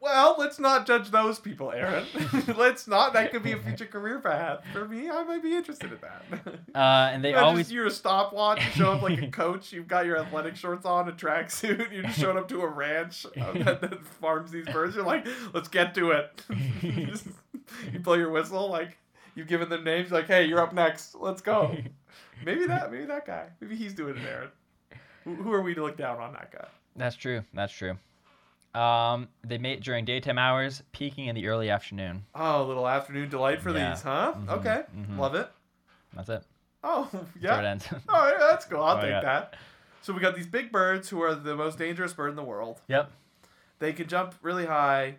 well, let's not judge those people, Aaron. let's not. That could be a future career path for me. I might be interested in that. Uh, and they Imagine always. you're a stopwatch. You show up like a coach. You've got your athletic shorts on, a tracksuit. You just showed up to a ranch uh, that, that farms these birds. You're like, let's get to it. you blow your whistle. Like you've given them names. Like, hey, you're up next. Let's go. Maybe that. Maybe that guy. Maybe he's doing it, Aaron. Who, who are we to look down on that guy? That's true. That's true. Um, they mate during daytime hours, peaking in the early afternoon. Oh, a little afternoon delight for Yeah. these, huh? Mhm, Okay, mhm. love it. That's it. Oh, That's where it yeah. ends. All right, that's cool. I'll Oh, take yeah. that. So we got these big birds who are the most dangerous bird in the world. yep. They can jump really high.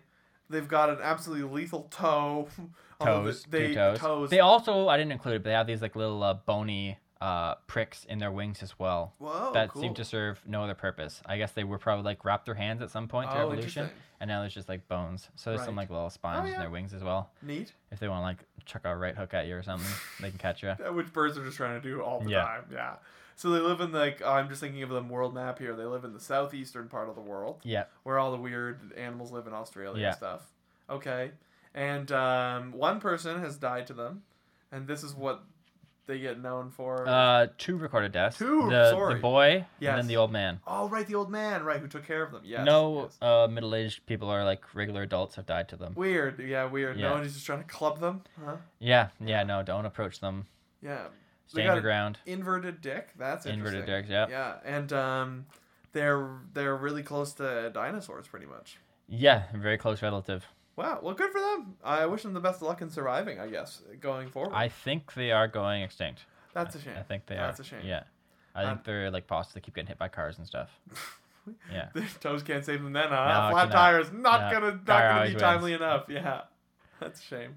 They've got an absolutely lethal toe. Although Toes. They, two toes. They also, I didn't include it, but they have these like little uh, bony uh, pricks in their wings as well. Whoa, that Oh, cool. seem to serve no other purpose. I guess they were probably like wrapped their hands at some point to Oh, evolution, interesting. and now there's just like bones. So there's some Right. Oh, like little spines yeah. in their wings as well. Neat. If they want to like chuck a right hook at you or something, they can catch you. Uh, Which birds are just trying to do all the Yeah. time. Yeah. So they live in like oh, I'm just thinking of the world map here. They live in the southeastern part of the world. Yeah, where all the weird animals live in Australia Yeah. and stuff. Okay. And um, one person has died to them, and this is what they get known for. uh, two recorded deaths. Two, the, sorry. the boy and Yes. then the old man. oh, right, the old man, right, who took care of them. Yes. no yes. Uh, middle-aged people or like regular adults have died to them. Weird. Yeah, weird. Yeah. No one is just trying to club them. Huh? Yeah, yeah, no, don't approach them. Yeah. They Stay got on a your ground. Inverted dick. That's Inverted interesting. dicks. Yeah. yeah, Yeah, and um, they're they're really close to dinosaurs, pretty much. very close relative. Wow. Well, good for them. I wish them the best of luck in surviving. I guess going forward. I think they are going extinct. That's a shame. I think they That's are. a shame. Yeah. I Um, think they're like possibly keep getting hit by cars and stuff. yeah. Their toes can't save them then, huh? No, it Flat cannot. tires not No. gonna not Tire gonna always be wins. timely enough. Yeah, that's a shame.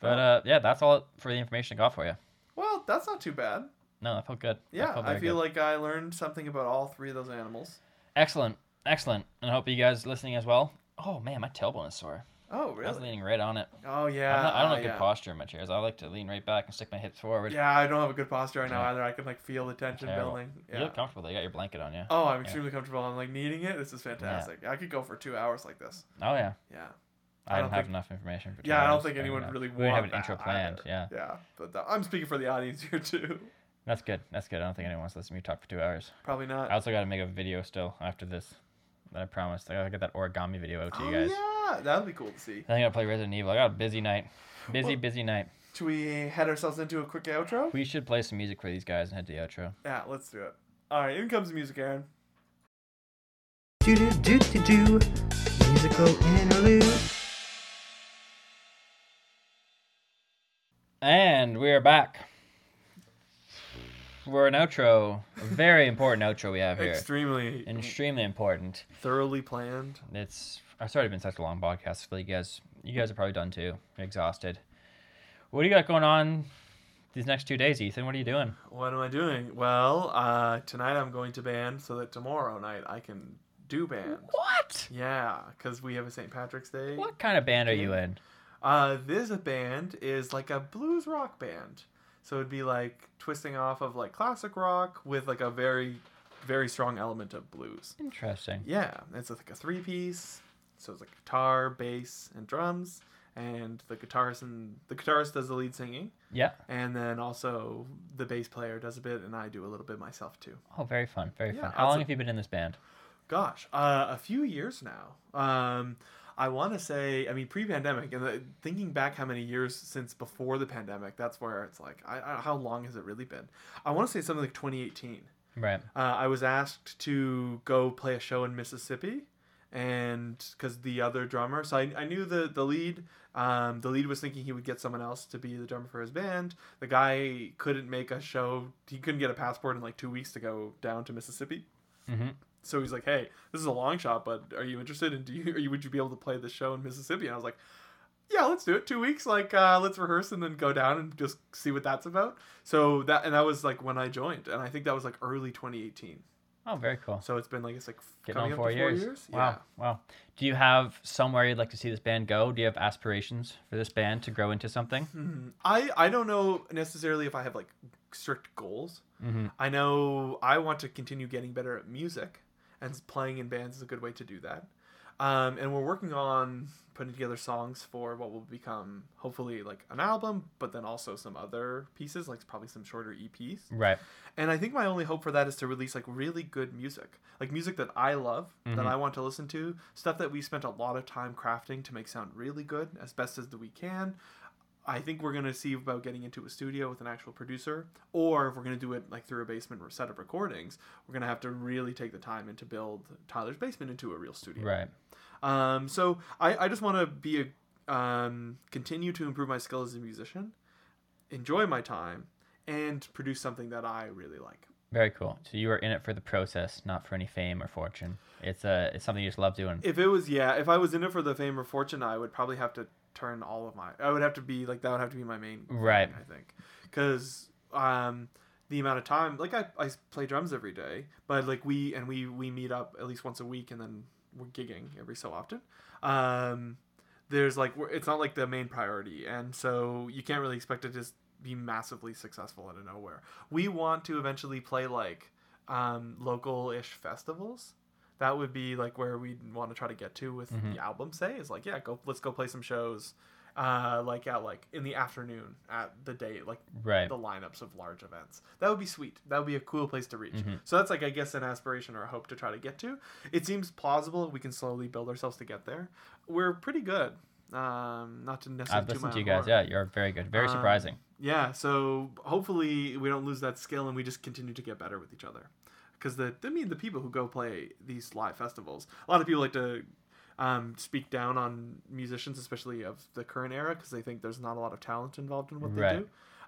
But uh, yeah, that's all for the information I got for you. Well, that's not too bad. No, that felt good. That Yeah, felt I very feel good. like I learned something about all three of those animals. excellent, excellent, and I hope you guys listening as well. Oh man, my tailbone is sore. Oh I was really? leaning right on it. Oh yeah. I'm not, I don't uh, have good yeah. posture in my chairs. I like to lean right back and stick my hips forward. Yeah, I don't have a good posture right now Yeah. either. I can like feel the tension Terrible. building. You Yeah. look comfortable. though. You got your blanket on you. Oh, Oh, I'm extremely comfortable. I'm like needing it. This is fantastic. I could go for two hours like this. Oh, yeah. Yeah. I, I don't don't have think- enough information for. two Yeah, I don't hours. think don't anyone know. really We didn't have an want intro that planned. either. Yeah, Yeah, but the, I'm speaking for the audience here too. that's good. That's good. I don't think anyone wants to listen to me talk for two hours. Probably not. I also got to make a video still after this. That I promised. I gotta get that origami video out to oh you guys. yeah, that would be cool to see. Then I gotta play Resident Evil. I got a busy night. Busy, Well- busy night. Should we head ourselves into a quick outro? We should play some music for these guys and head to the outro. Yeah, let's do it. All right, in comes the music, Aaron. Do do do do do. Musical interlude. And we're back. We're an outro. A very important outro we have here. Extremely And extremely important. thoroughly planned. It's I'm sorry it's been such a long podcast for you guys. You guys are probably done too. You're exhausted. What do you got going on these next two days, Ethan? What are you doing? What am I doing? Well, uh, tonight I'm going to band so that tomorrow night I can do band. What? Yeah, because we have a St. Patrick's Day. What kind of band are you in? Uh, this band is like a blues rock band. So it'd be like twisting off of like classic rock with like a very, very strong element of blues. Interesting. Yeah, it's like a three piece. So it's like guitar, bass, and drums. And the guitarist and the guitarist does the lead singing, Yeah. and then also the bass player does a bit, and I do a little bit myself too. Oh, very fun. Very Yeah, fun. How long that's a- have you been in this band? Gosh, uh, a few years now. Um, I want to say, I mean, pre-pandemic, and the, thinking back how many years since before the pandemic, that's where it's like, I, I, how long has it really been? I want to say something like 2018. Right. uh, I was asked to go play a show in Mississippi, and because the other drummer, so I, I knew the the lead. Um, the lead was thinking he would get someone else to be the drummer for his band. The guy couldn't make a show. He couldn't get a passport in like two weeks to go down to Mississippi. Mm-hmm. So he's like, "Hey, this is a long shot, but are you interested? And do you, are you would you be able to play the show in Mississippi?" And I was like, "Yeah, let's do it. Two weeks, like uh, let's rehearse and then go down and just see what that's about." So that and that was like when I joined, and I think that was like early 2018. Oh, very cool. So it's been like it's like f- Getting coming up on four to four years. years. Wow, wow. Do you have somewhere you'd like to see this band go? Do you have aspirations for this band to grow into something? Hmm. I I don't know necessarily if I have like strict goals. Mm-hmm. I know I want to continue getting better at music, and s- playing in bands is a good way to do that. Um, and we're working on putting together songs for what will become hopefully like an album, but then also some other pieces, like probably some shorter E EPs. Right. And I think my only hope for that is to release like really good music, like music that I love, Mhm. that I want to listen to, stuff that we spent a lot of time crafting to make sound really good as best as that we can. I think we're gonna see about getting into a studio with an actual producer, or if we're gonna do it like through a basement or set of recordings, we're gonna have to really take the time and to build Tyler's basement into a real studio. Right. Um, so I, I just want to be a um, continue to improve my skill as a musician, enjoy my time, and produce something that I really like. Very cool. So you are in it for the process, not for any fame or fortune. It's a it's something you just love doing. If it was yeah, if I was in it for the fame or fortune, I would probably have to turn all of my. I would have to be like that would have to be my main. thing, Right. I think because um, the amount of time like I I play drums every day, but like we and we we meet up at least once a week and then we're gigging every so often. Um, there's like we're- it's not like the main priority, and so you can't really expect it to just be massively successful out of nowhere. We want to eventually play like um, local-ish festivals. That would be like where we want to try to get to with Mhm. the album. Say is like yeah, go let's go play some shows, uh, like at like in the afternoon at the day like Right. the lineups of large events. That would be sweet. That would be a cool place to reach. Mhm. So that's like I guess an aspiration or a hope to try to get to. It seems plausible. We can slowly build ourselves to get there. We're pretty good. Um, not to necessarily I've toot my listened to own you guys. horn. Yeah, you're very good. Very Um, surprising. Yeah, so hopefully we don't lose that skill and we just continue to get better with each other. Because the I mean the people who go play these live festivals, a lot of people like to um, speak down on musicians, especially of the current era, because they think there's not a lot of talent involved in what they Right.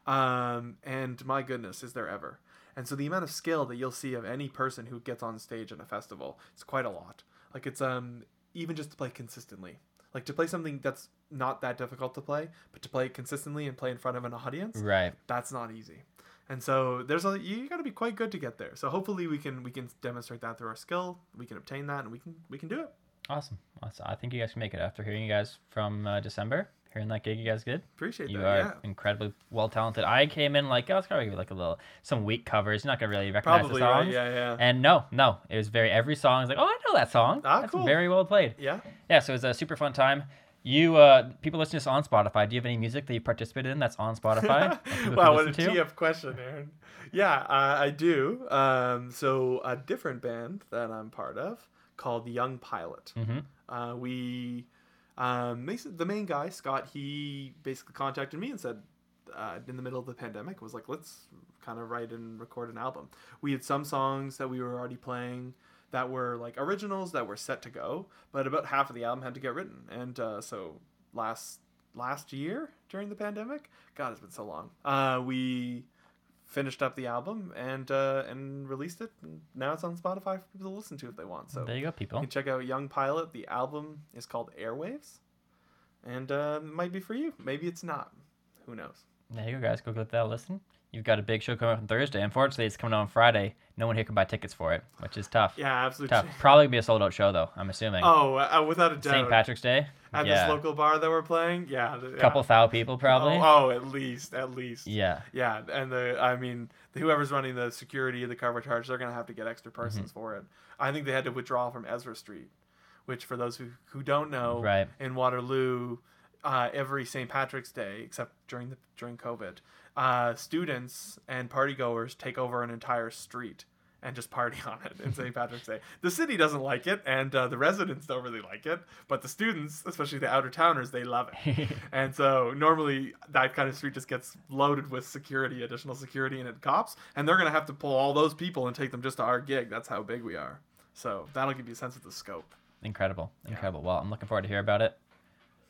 do. Um, and my goodness, is there ever? And so the amount of skill that you'll see of any person who gets on stage at a festival, it's quite a lot. Like it's um even just to play consistently, like to play something that's not that difficult to play, but to play it consistently and play in front of an audience, Right. that's not easy. And so there's a you got to be quite good to get there. So hopefully we can we can demonstrate that through our skill, we can obtain that, and we can we can do it. Awesome. awesome. I think you guys can make it after hearing you guys from uh, December. Hearing that gig you guys did. Appreciate You that. are yeah. incredibly well talented. I came in like, oh, it's probably gonna be like a little some weak covers. You're not gonna really recognize Probably the right. songs. Yeah, yeah. And no, no, it was very every song is like, oh, I know that song. Ah, That's cool. very well played. yeah. Yeah, so it was a super fun time. You uh, people listen to this on Spotify. Do you have any music that you participated in that's on Spotify? that people can wow, what a listen to? TF question, Aaron. Yeah, uh, I do. Um, so a different band that I'm part of called Young Pilot. Mhm. Uh, we, um, Mason, the main guy Scott, he basically contacted me and said, uh, in the middle of the pandemic, was like, let's kind of write and record an album. We had some songs that we were already playing that were like originals that were set to go, but about half of the album had to get written, and uh, so last last year during the pandemic, God, it's been so long. Uh, we finished up the album and uh, and released it. And now it's on Spotify for people to listen to if they want. So There you go, people. you can check out Young Pilot. The album is called Airwaves, and uh, it might be for you. Maybe it's not. Who knows? There you go, guys. Go give that a listen. You've got a big show coming up on Thursday. Unfortunately, it's coming out on Friday. No one here can buy tickets for it, which is tough. Yeah, absolutely. Tough. Probably gonna be a sold out show though. I'm assuming. Oh, uh, without a St. doubt. Patrick's Day. At yeah. this local bar that we're playing, yeah, th- yeah. Couple thou people probably. Oh, oh, at least, at least. Yeah. Yeah, and the I mean, the, whoever's running the security of the cover charge, they're gonna have to get extra Mm-hmm. persons for it. I think they had to withdraw from Ezra Street, which for those who who don't know, Right. in Waterloo, uh, every St. Patrick's Day, except during the during COVID, uh, students and partygoers take over an entire street and just party on it in St. Patrick's Day. The city doesn't like it, and uh, the residents don't really like it, but the students, especially the outer towners, they love it. and so normally that kind of street just gets loaded with security, additional security, and cops, and they're gonna have to pull all those people and take them just to our gig. That's how big we are. So that'll give you a sense of the scope. Incredible. Incredible. Well, I'm looking forward to hear about it.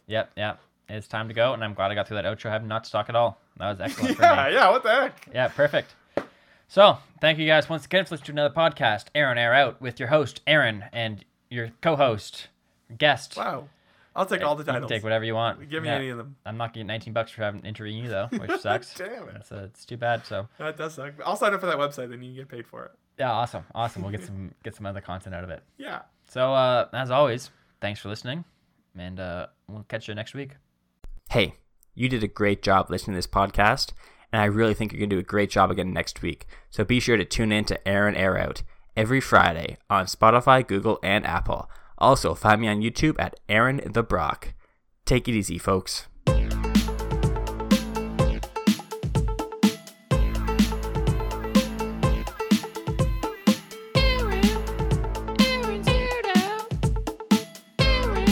Yep. Yep. It's time to go, and I'm glad I got through that outro. I have not stock at all. That was excellent for me. Yeah, yeah. What the heck? Yeah, perfect. So, thank you guys once again for listening to another podcast, Aaron Air Out, with your host, Aaron, and your co host, guest. Wow. I'll take all the You can titles. Take whatever you want. Give me Yeah. any of them. I'm not getting 19 bucks for having interviewing you, though, which sucks. Damn it. It's, uh, it's too bad. So, That does suck. I'll sign up for that website, then you can get paid for it. Yeah, awesome, awesome. We'll get some get some other content out of it. Yeah. So uh, as always, thanks for listening, and uh, we'll catch you next week. Hey, you did a great job listening to this podcast, and I really think you're going to do a great job again next week. So be sure to tune in to Air and Air Out every Friday on Spotify, Google, and Apple. Also, find me on YouTube at Aaron the Brock. Take it easy, folks. Aaron, Aaron's here now. Aaron,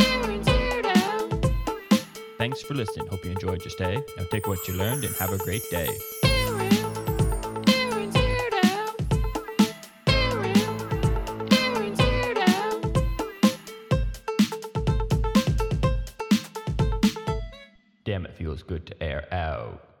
Aaron's here now. Thanks for listening. Hope you enjoyed your stay. Now take what you learned and have a great day. Aaron, Aaron's here now. Aaron, Aaron's here now. Damn, it feels good to air out.